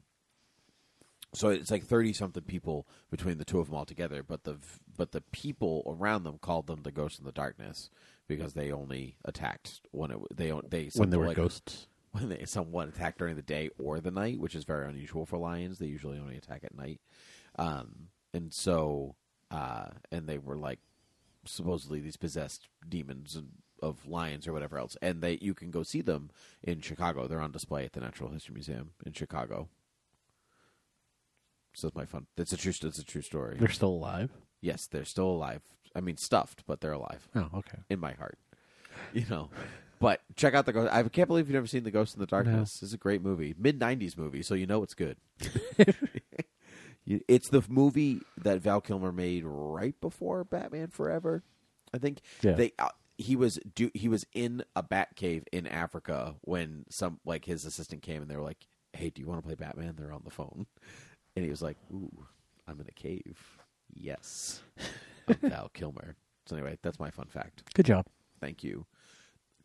so it's like thirty something people between the two of them all together. But the but the people around them called them the ghosts in the darkness because they only attacked when it they on- they
When
something
there were
like-
ghosts.
when they, someone attacked during the day or the night, which is very unusual for lions. They usually only attack at night. Um, and so, uh, and they were like supposedly these possessed demons and- of lions or whatever else. And they you can go see them in Chicago. They're on display at the Natural History Museum in Chicago. So that's my fun. That's a true. That's a true story.
They're still alive.
Yes, they're still alive. I mean, stuffed, but they're alive
Oh, okay.
in my heart. You know. But check out the ghost. I can't believe you've never seen The Ghost in the Darkness. It's a great movie, mid '90s movie, so you know it's good. You- it's the movie that Val Kilmer made right before Batman Forever. I think
Yeah.
they uh, he was do, he was in a bat cave in Africa when some like his assistant came and they were like, "Hey, do you want to play Batman?" They're on the phone, and he was like, "Ooh, I'm in a cave. Yes, I'm Val Kilmer." So anyway, that's my fun fact.
Good job.
Thank you.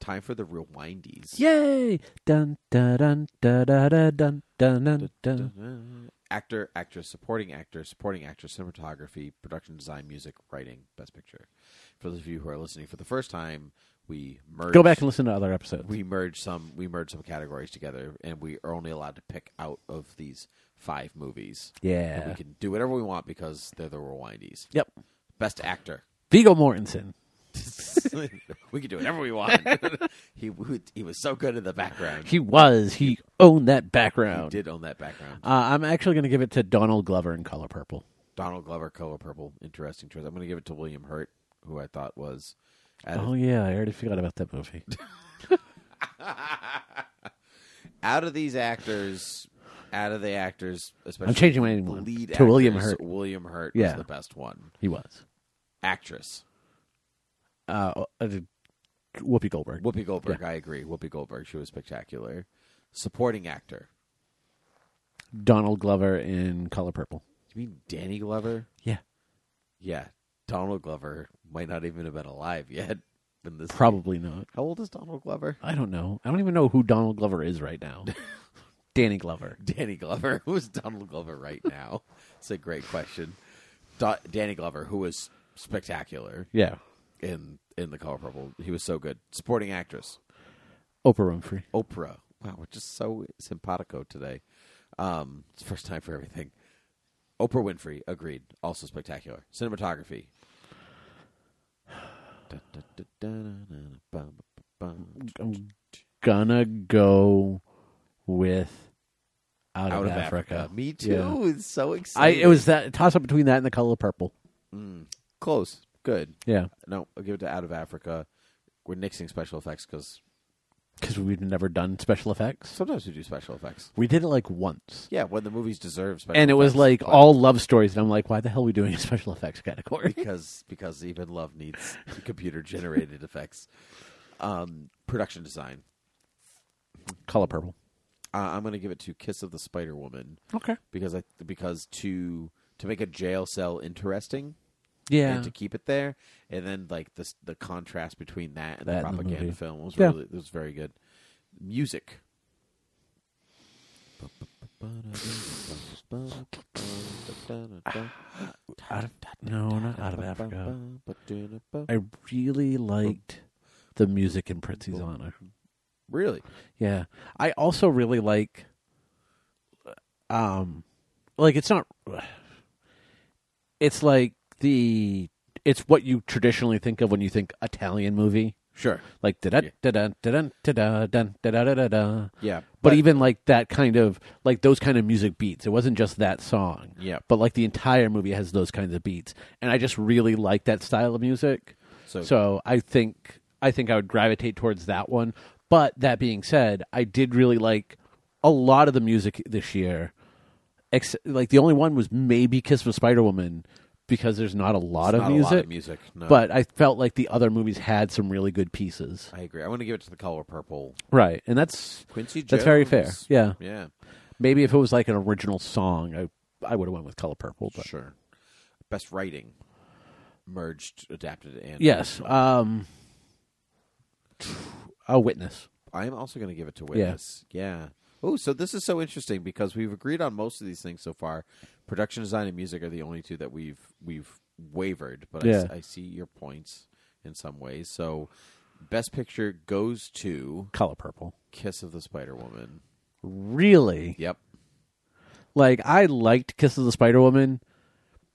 Time for the rewindies.
Yay! Dun dun dun dun dun dun dun dun dun.
Uh, Actor, actress, supporting actor, supporting actress, cinematography, production design, music, writing, best picture. For those of you who are listening for the first time, we merged.
Go back and listen to other episodes.
we merged some. We merged some categories together, and we are only allowed to pick out of these five movies. And
yeah.
we can do whatever we want because they're the rewindies.
Yep.
Best actor.
Vigo Mortensen.
we can do whatever we want. he would- he was so good in the background.
He was. He owned that
He
background.
did own that background.
Uh, I'm actually going to give it to Donald Glover in Color Purple.
Donald Glover, color purple. Interesting choice. I'm going to give it to William Hurt, who I thought was. Out of,
Oh yeah, I already forgot about that movie.
out of these actors, out of the actors, especially
changing my name one
lead
to William
actors,
Hurt.
William Hurt
Yeah.
was the best one.
he was.
Actress oh,
Uh, uh, Whoopi Goldberg.
Whoopi Goldberg. I agree. Whoopi Goldberg. She was spectacular. Supporting actor.
Donald Glover in Color Purple.
You mean Danny Glover?
Yeah.
Yeah, Donald Glover might not even have been alive yet. When this
Probably not.
How old is Donald Glover?
I don't know. I don't even know who Donald Glover is right now. Danny Glover.
Danny Glover. Who is Donald Glover right now? it's a great question. Do- Danny Glover, who was spectacular
Yeah.
in in the color purple, he was so good. Supporting actress,
Oprah Winfrey.
Oprah. Wow, we're just so simpatico today. Um, it's the first time for everything. Oprah Winfrey agreed. Also spectacular cinematography.
I'm gonna go with Out,
Out
of,
of
Africa.
Africa. Me too.
Yeah.
It's so
I
exciting.
it was that toss up between that and the color purple.
close. Good.
Yeah,
No, I'll give it to Out of Africa. We're nixing special effects because
because we've never done special effects.
sometimes we do special effects.
We did it like once,
Yeah, when the movies deserve special
and it was
effects,
like
but-
all love stories, and I'm like, why the hell are we doing a special effects category?
because because even love needs computer generated effects. Um, production design.
color purple.
Uh, I'm going to give it to Kiss of the Spider Woman
Okay.
because I because to to make a jail cell interesting
Yeah.
and to keep it there, and then like the the contrast between that and
That
the
and the
propaganda
movie.
film was
Yeah.
really was very good. Music.
Out of, no, not out of Africa. I really liked the music in Prince's Honor.
Really?
Yeah. I also really like um like it's not it's like the it's what you traditionally think of when you think Italian movie.
Sure.
Like da da da da da da da da da da da
Yeah.
But even like that kind of like those kind of music beats. It wasn't just that song.
Yeah.
But like the entire movie has those kinds of beats. And I just really like that style of music.
So-
so I think I think I would gravitate towards that one. But that being said, I did really like a lot of the music this year. Ex- like the only one was maybe Kiss of Spider Woman because there's not a lot
It's
of
not
music.
a lot of uh, music. No.
But I felt like the other movies had some really good pieces.
I agree. I want to give it to the color purple.
Right. And that's
Quincy Jones.
That's very fair. Yeah.
Yeah.
Maybe if it was like an original song, I I would have went with Color Purple. But
Sure. Best writing. Merged, adapted, and
yes, um, a witness.
I'm also going to give it to Witness. Yeah. Oh, so this is so interesting because we've agreed on most of these things so far. Production design and music are the only two that we've we've wavered, but I s-
Yeah.
I, see your points in some ways. So, best picture goes to
Color Purple.
Kiss of the Spider Woman.
Really?
Yep.
Like I liked Kiss of the Spider Woman,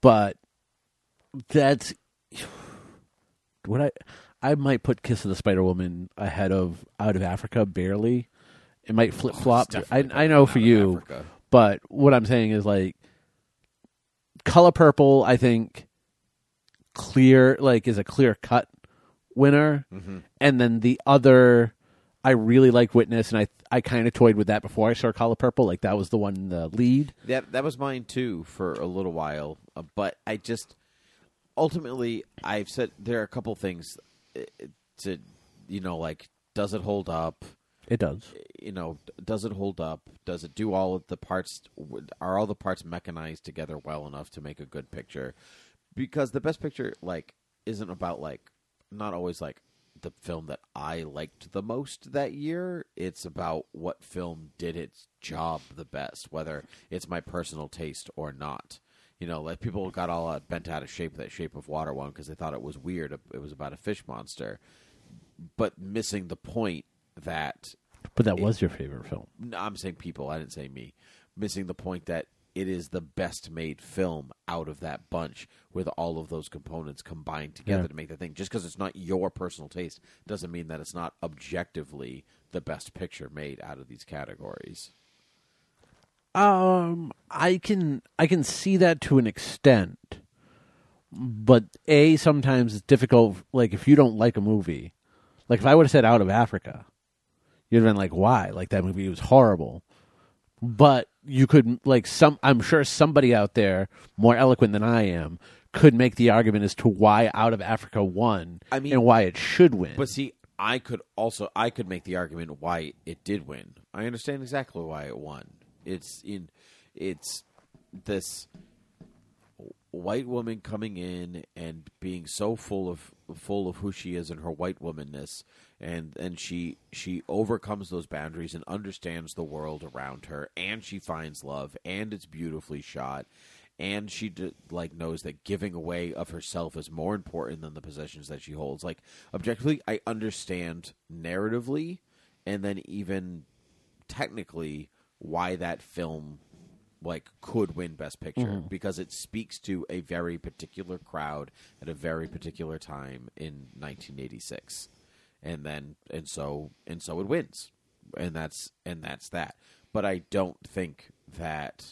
but that's what I I might put Kiss of the Spider Woman ahead of Out of Africa barely. It might flip flop. I
Oh, definitely
I know
better than
for
Out of
you,
Africa.
but what I'm saying is like Color Purple, I think clear like is a clear cut winner, and then the other I really like Witness, and I I kind of toyed with that before I saw Color Purple. Like that was the one in the lead.
That that was mine too for a little while, uh, but I just ultimately I've said there are a couple things uh, to you know like does it hold up?
It does.
You know, does it hold up? Does it do all of the parts? Are all the parts mechanized together well enough to make a good picture? Because the best picture like isn't about like not always like the film that I liked the most that year. It's about what film did its job the best, whether it's my personal taste or not. You know, like people got all out, bent out of shape that Shape of Water one because they thought it was weird. It was about a fish monster, but missing the point that
But that was your favorite film.
no, I'm saying people. I didn't say me. Missing the point that it is the best made film out of that bunch with all of those components combined together
Yeah.
to make the thing. Just because it's not your personal taste doesn't mean that it's not objectively the best picture made out of these categories.
Um, I can I can see that to an extent, but a sometimes it's difficult. Like if you don't like a movie, like if I would have said Out of Africa, you'd have been like, why? Like that movie was horrible. But you could like some. I'm sure somebody out there more eloquent than I am could make the argument as to why Out of Africa won.
I mean-
and why it should win.
But see, I could also I could make the argument why it did win. I understand exactly why it won. It's in it's this white woman coming in and being so full of full of who she is and her white womanness and and she she overcomes those boundaries and understands the world around her and she finds love and it's beautifully shot and she d- like knows that giving away of herself is more important than the possessions that she holds like objectively i understand narratively and then even technically why that film like could win best picture
Mm-hmm.
because it speaks to a very particular crowd at a very particular time in 1986 and then and so and so it wins and that's and that's that but i don't think that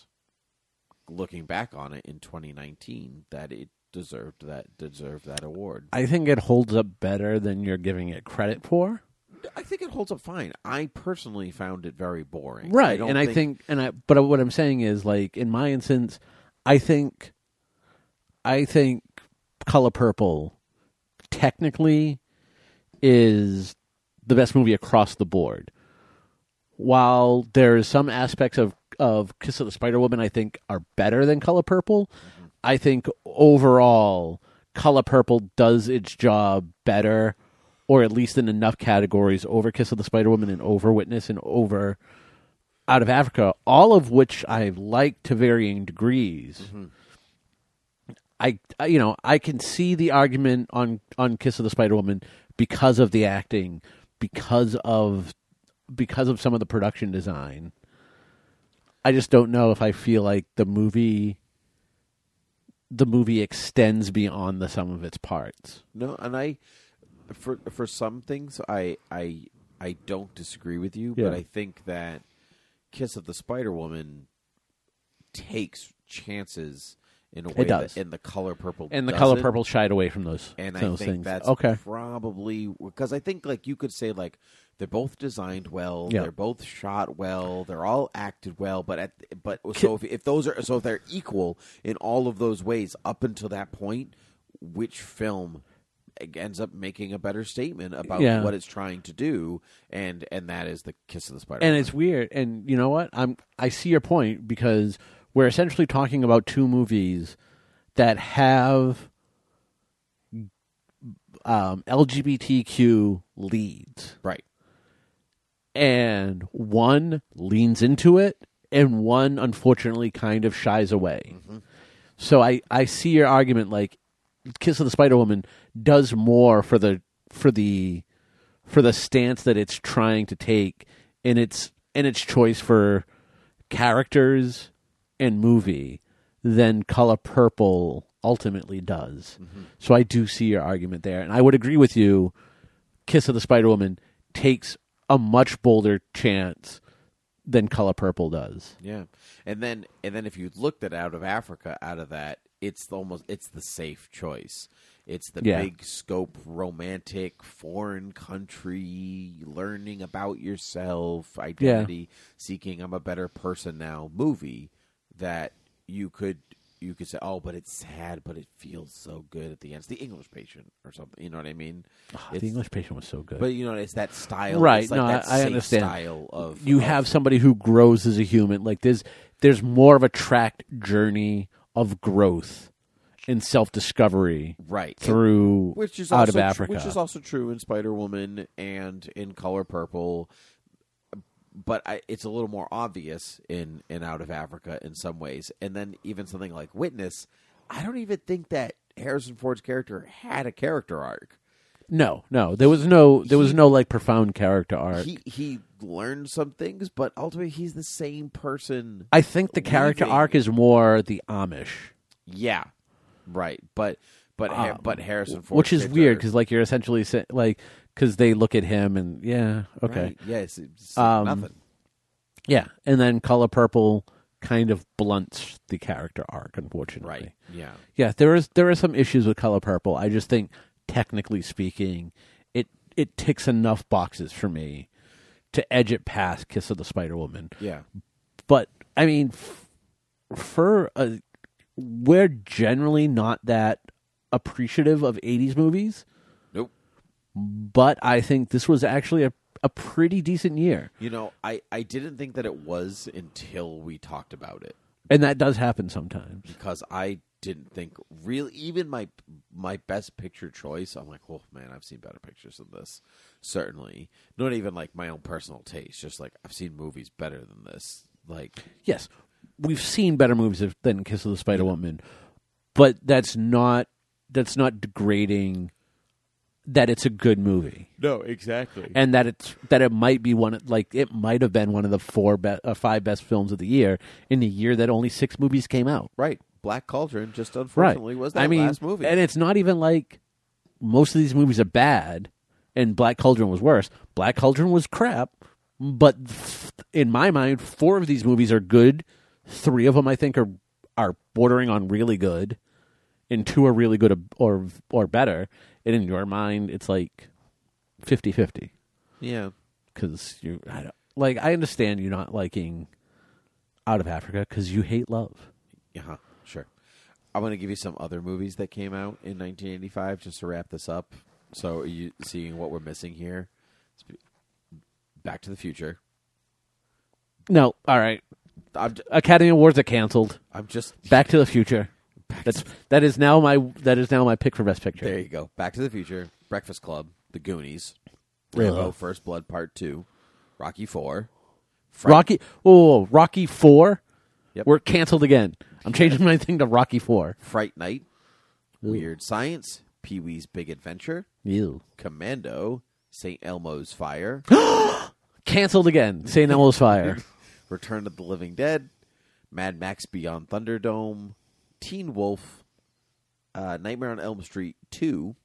looking back on it in 2019 that it deserved that deserved that award
I think it holds up better than you're giving it credit for.
i think it holds up fine i personally found it very boring
right
don't
and i think and i but what i'm saying is like in my instance i think i think color purple technically is the best movie across the board while there is some aspects of of kiss of the spider woman i think are better than color purple i think overall color purple does its job better or at least in enough categories over kiss of the spider woman and over witness and over out of Africa, all of which I like to varying degrees.
Mm-hmm.
I, I, you know, I can see the argument on on Kiss of the Spider Woman because of the acting, because of because of some of the production design. I just don't know if I feel like the movie the movie extends beyond the sum of its parts.
No, and I for for some things I I I don't disagree with you,
Yeah.
but I think that Kiss of the Spider Woman takes chances in a way
does.
that in the color purple
And the color
doesn't.
purple shied away from those,
And I
those
think
things.
that's
okay.
probably because I think like you could say like they're both designed well,
Yeah.
they're both shot well, they're all acted well, but at but so if, if those are so if they're equal in all of those ways up until that point, which film ends up making a better statement about
Yeah.
what it's trying to do, and and that is the kiss of the spider.
and it's weird and you know what i'm i see your point because we're essentially talking about two movies that have um, lgbtq leads
right,
and one leans into it and one unfortunately kind of shies away so i i see your argument like kiss of the spider woman does more for the for the for the stance that it's trying to take in its in its choice for characters and movie than color purple ultimately does so i do see your argument there and i would agree with you Kiss of the Spider Woman takes a much bolder chance than Color Purple does.
yeah, and then and then if you looked at out of Africa, out of that, it's the almost it's the safe choice. It's the
Yeah.
big scope, romantic, foreign country, learning about yourself, identity, seeking I'm a better person now movie that you could you could say, Oh, but it's sad, but it feels so good at the end. It's the English patient or something. You know what I mean? It's-
Ah, the English Patient was so good.
but you know, it's that style
Right,
It's like
no,
that
I- I
safe
understand.
style of
you
of-
have somebody who grows as a human. Like there's there's more of a tracked journey of growth and self discovery
right
through
which is
out
also
of Africa.
Which is also true in Spider Woman and in Color Purple, but I, it's a little more obvious in in Out of Africa in some ways. And then even something like Witness, I don't even think that Harrison Ford's character had a character arc.
no, no, there was no there was no like profound character arc.
He he learned some things, but ultimately he's the same person.
I think the character
leaving-
arc is more the Amish.
Yeah, right. But but Ha- but Harrison Ford,
Ah, which is weird because like you're essentially sa- like because they look at him and yeah okay
yes, it's
Um,
nothing.
yeah and then color purple kind of blunts the character arc unfortunately
Right. Yeah.
yeah there is there are some issues with color purple i just think technically speaking it it ticks enough boxes for me to edge it past kiss of the spider woman
Yeah.
but I mean, f- for a, we're generally not that appreciative of '80s movies.
Nope.
But I think this was actually a a pretty decent year,
You know, I, I didn't think that it was until we talked about it
and that does happen sometimes.
because I didn't think really even my my best picture choice. I'm like, oh man, I've seen better pictures than this. Certainly, not even like my own personal taste. Just like I've seen movies better than this. Like
Yes, we've seen better movies of- than Kiss of the Spider Woman, but that's not that's not degrading. That it's a good movie,
no, exactly.
and that it's that it might be one of- like it might have been one of the four be, uh, five best films of the year in the year that only six movies came out.
right, Black Cauldron just
Right,
unfortunately was that
I mean,
last movie.
and it's not even like most of these movies are bad, and Black Cauldron was worse. Black Cauldron was crap, but f- in my mind, four of these movies are good. Three of them, I think, are are bordering on really good, and two are really good or or better. And in your mind, it's like 50-50
yeah,
because you I don't, like I understand you not liking Out of Africa because you hate love.
yeah, Uh-huh, sure. I'm gonna give you some other movies that came out in 1985 just to wrap this up. So are you seeing what we're missing here? It's be- Back to the Future.
No, all right.
I'm j-
Academy Awards are canceled.
I'm just
Back to the Future.
Back
That's that is now my that is now my pick for best picture.
There you go. Back to the Future, Breakfast Club, The Goonies, Rambo: First Blood Part Two, Rocky Four, Frank-
Rocky, oh Rocky Four,
Yep.
we're canceled again. I'm changing my thing to Rocky Four.
Fright Night, Weird Science, Pee Wee's Big Adventure,
You
Commando, St. Elmo's Fire,
canceled again. St. Elmo's Fire.
Return of the Living Dead, Mad Max Beyond Thunderdome, Teen Wolf, uh, Nightmare on Elm Street 2,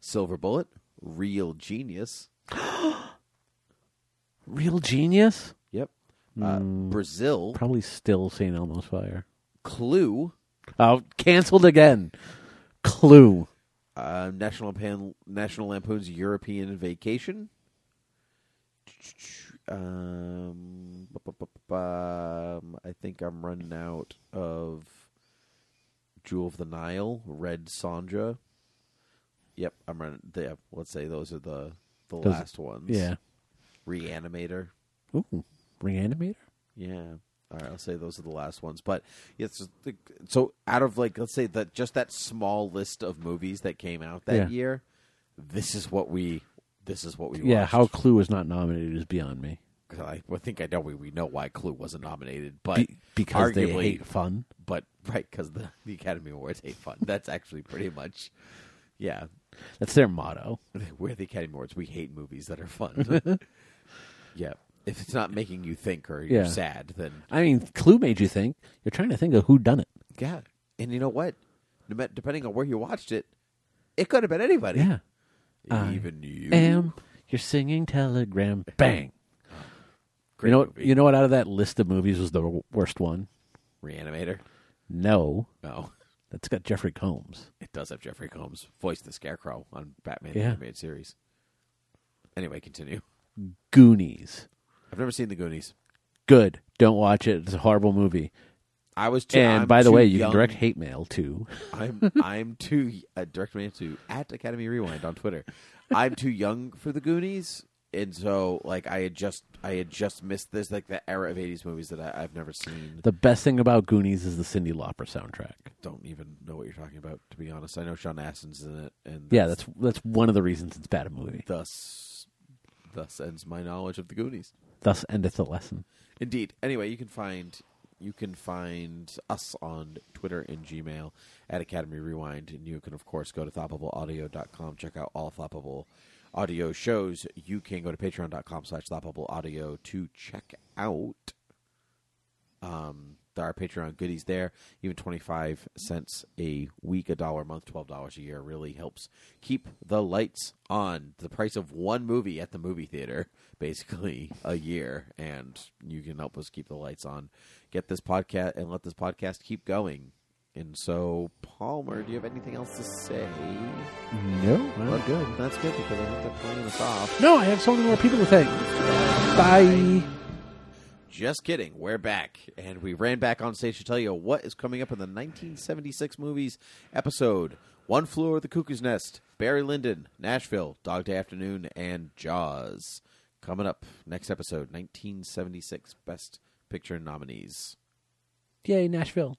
Silver Bullet, Real Genius,
Real genius.
yep, uh, Brazil,
Probably still St. Elmo's Fire.
Clue,
Oh, canceled again. Clue.
uh, National Lampoon, National Lampoon's European Vacation, um, bu- bu- bu- bu- um, I think I'm running out of Jewel of the Nile, Red Sandra. Yep, I'm running. Yeah, let's say those are the the
Those-
last ones.
Yeah.
Reanimator.
Ooh, Reanimator.
Yeah. All right, I'll say those are the last ones. But yes, the- so out of like let's say that just that small list of movies that came out that
Yeah.
year, this is what we this is what we
Yeah,
watched.
how Clue was not nominated is beyond me.
'Cause I, I think I know we, we know why Clue wasn't nominated, but
Be- because
arguably,
they hate fun.
but right because the, the Academy Awards hate fun. That's actually pretty much yeah.
That's their motto.
We're the Academy Awards. We hate movies that are fun. yeah, if it's not making you think or you're
Yeah.
sad, then
I mean, Clue made you think. You're trying to think of who done it.
Yeah, and you know what? No mat- Depending on where you watched it, it could have been anybody. E-,
Yeah.
even you.
Am you're singing telegram? Bang.
Great
you know,
movie.
you know what? Out of that list of movies, was the w- worst one.
Reanimator.
No,
No,
that's got Jeffrey Combs.
it does have Jeffrey Combs voice the Scarecrow on Batman the
Yeah.
animated series. Anyway, continue.
Goonies.
I've never seen the Goonies.
Good. Don't watch it. It's a horrible movie.
I was too.
And
I'm
by the
too
way, you
young.
can direct hate mail to.
I'm I'm too uh, direct me to at Academy Rewind on Twitter. I'm too young for the Goonies, and so like I had just I had just missed this like the era of '80s movies that I, I've never seen.
The best thing about Goonies is the Cindy Lauper soundtrack.
don't even know what you're talking about. To be honest, I know Sean Astin's in it, and
Yeah, that's that's one of the reasons it's bad a movie.
thus thus ends my knowledge of the Goonies.
Thus endeth the lesson.
Indeed. Anyway, you can find you can find us on Twitter and Gmail at Academy Rewind, and you can of course go to thoppableaudio.com, check out all thoppable audio shows. You can go to patreon.com slash thoppable audio to check out um there are Patreon goodies there. Even twenty five cents a week, a dollar a month, twelve dollars a year really helps keep the lights on. The price of one movie at the movie theater, basically a year, and you can help us keep the lights on. Get this podcast and let this podcast keep going. And so, Palmer, do you have anything else to say?
No,
Well, good. That's good because I think they're playing us off.
No, I have so many more people to thank. Bye.
Just kidding. We're back. And we ran back on stage to tell you what is coming up in the 1976 movies episode One Flew Over the Cuckoo's Nest, Barry Lyndon, Nashville, Dog Day Afternoon, and Jaws. Coming up next episode 1976 Best Picture nominees.
Yay, Nashville.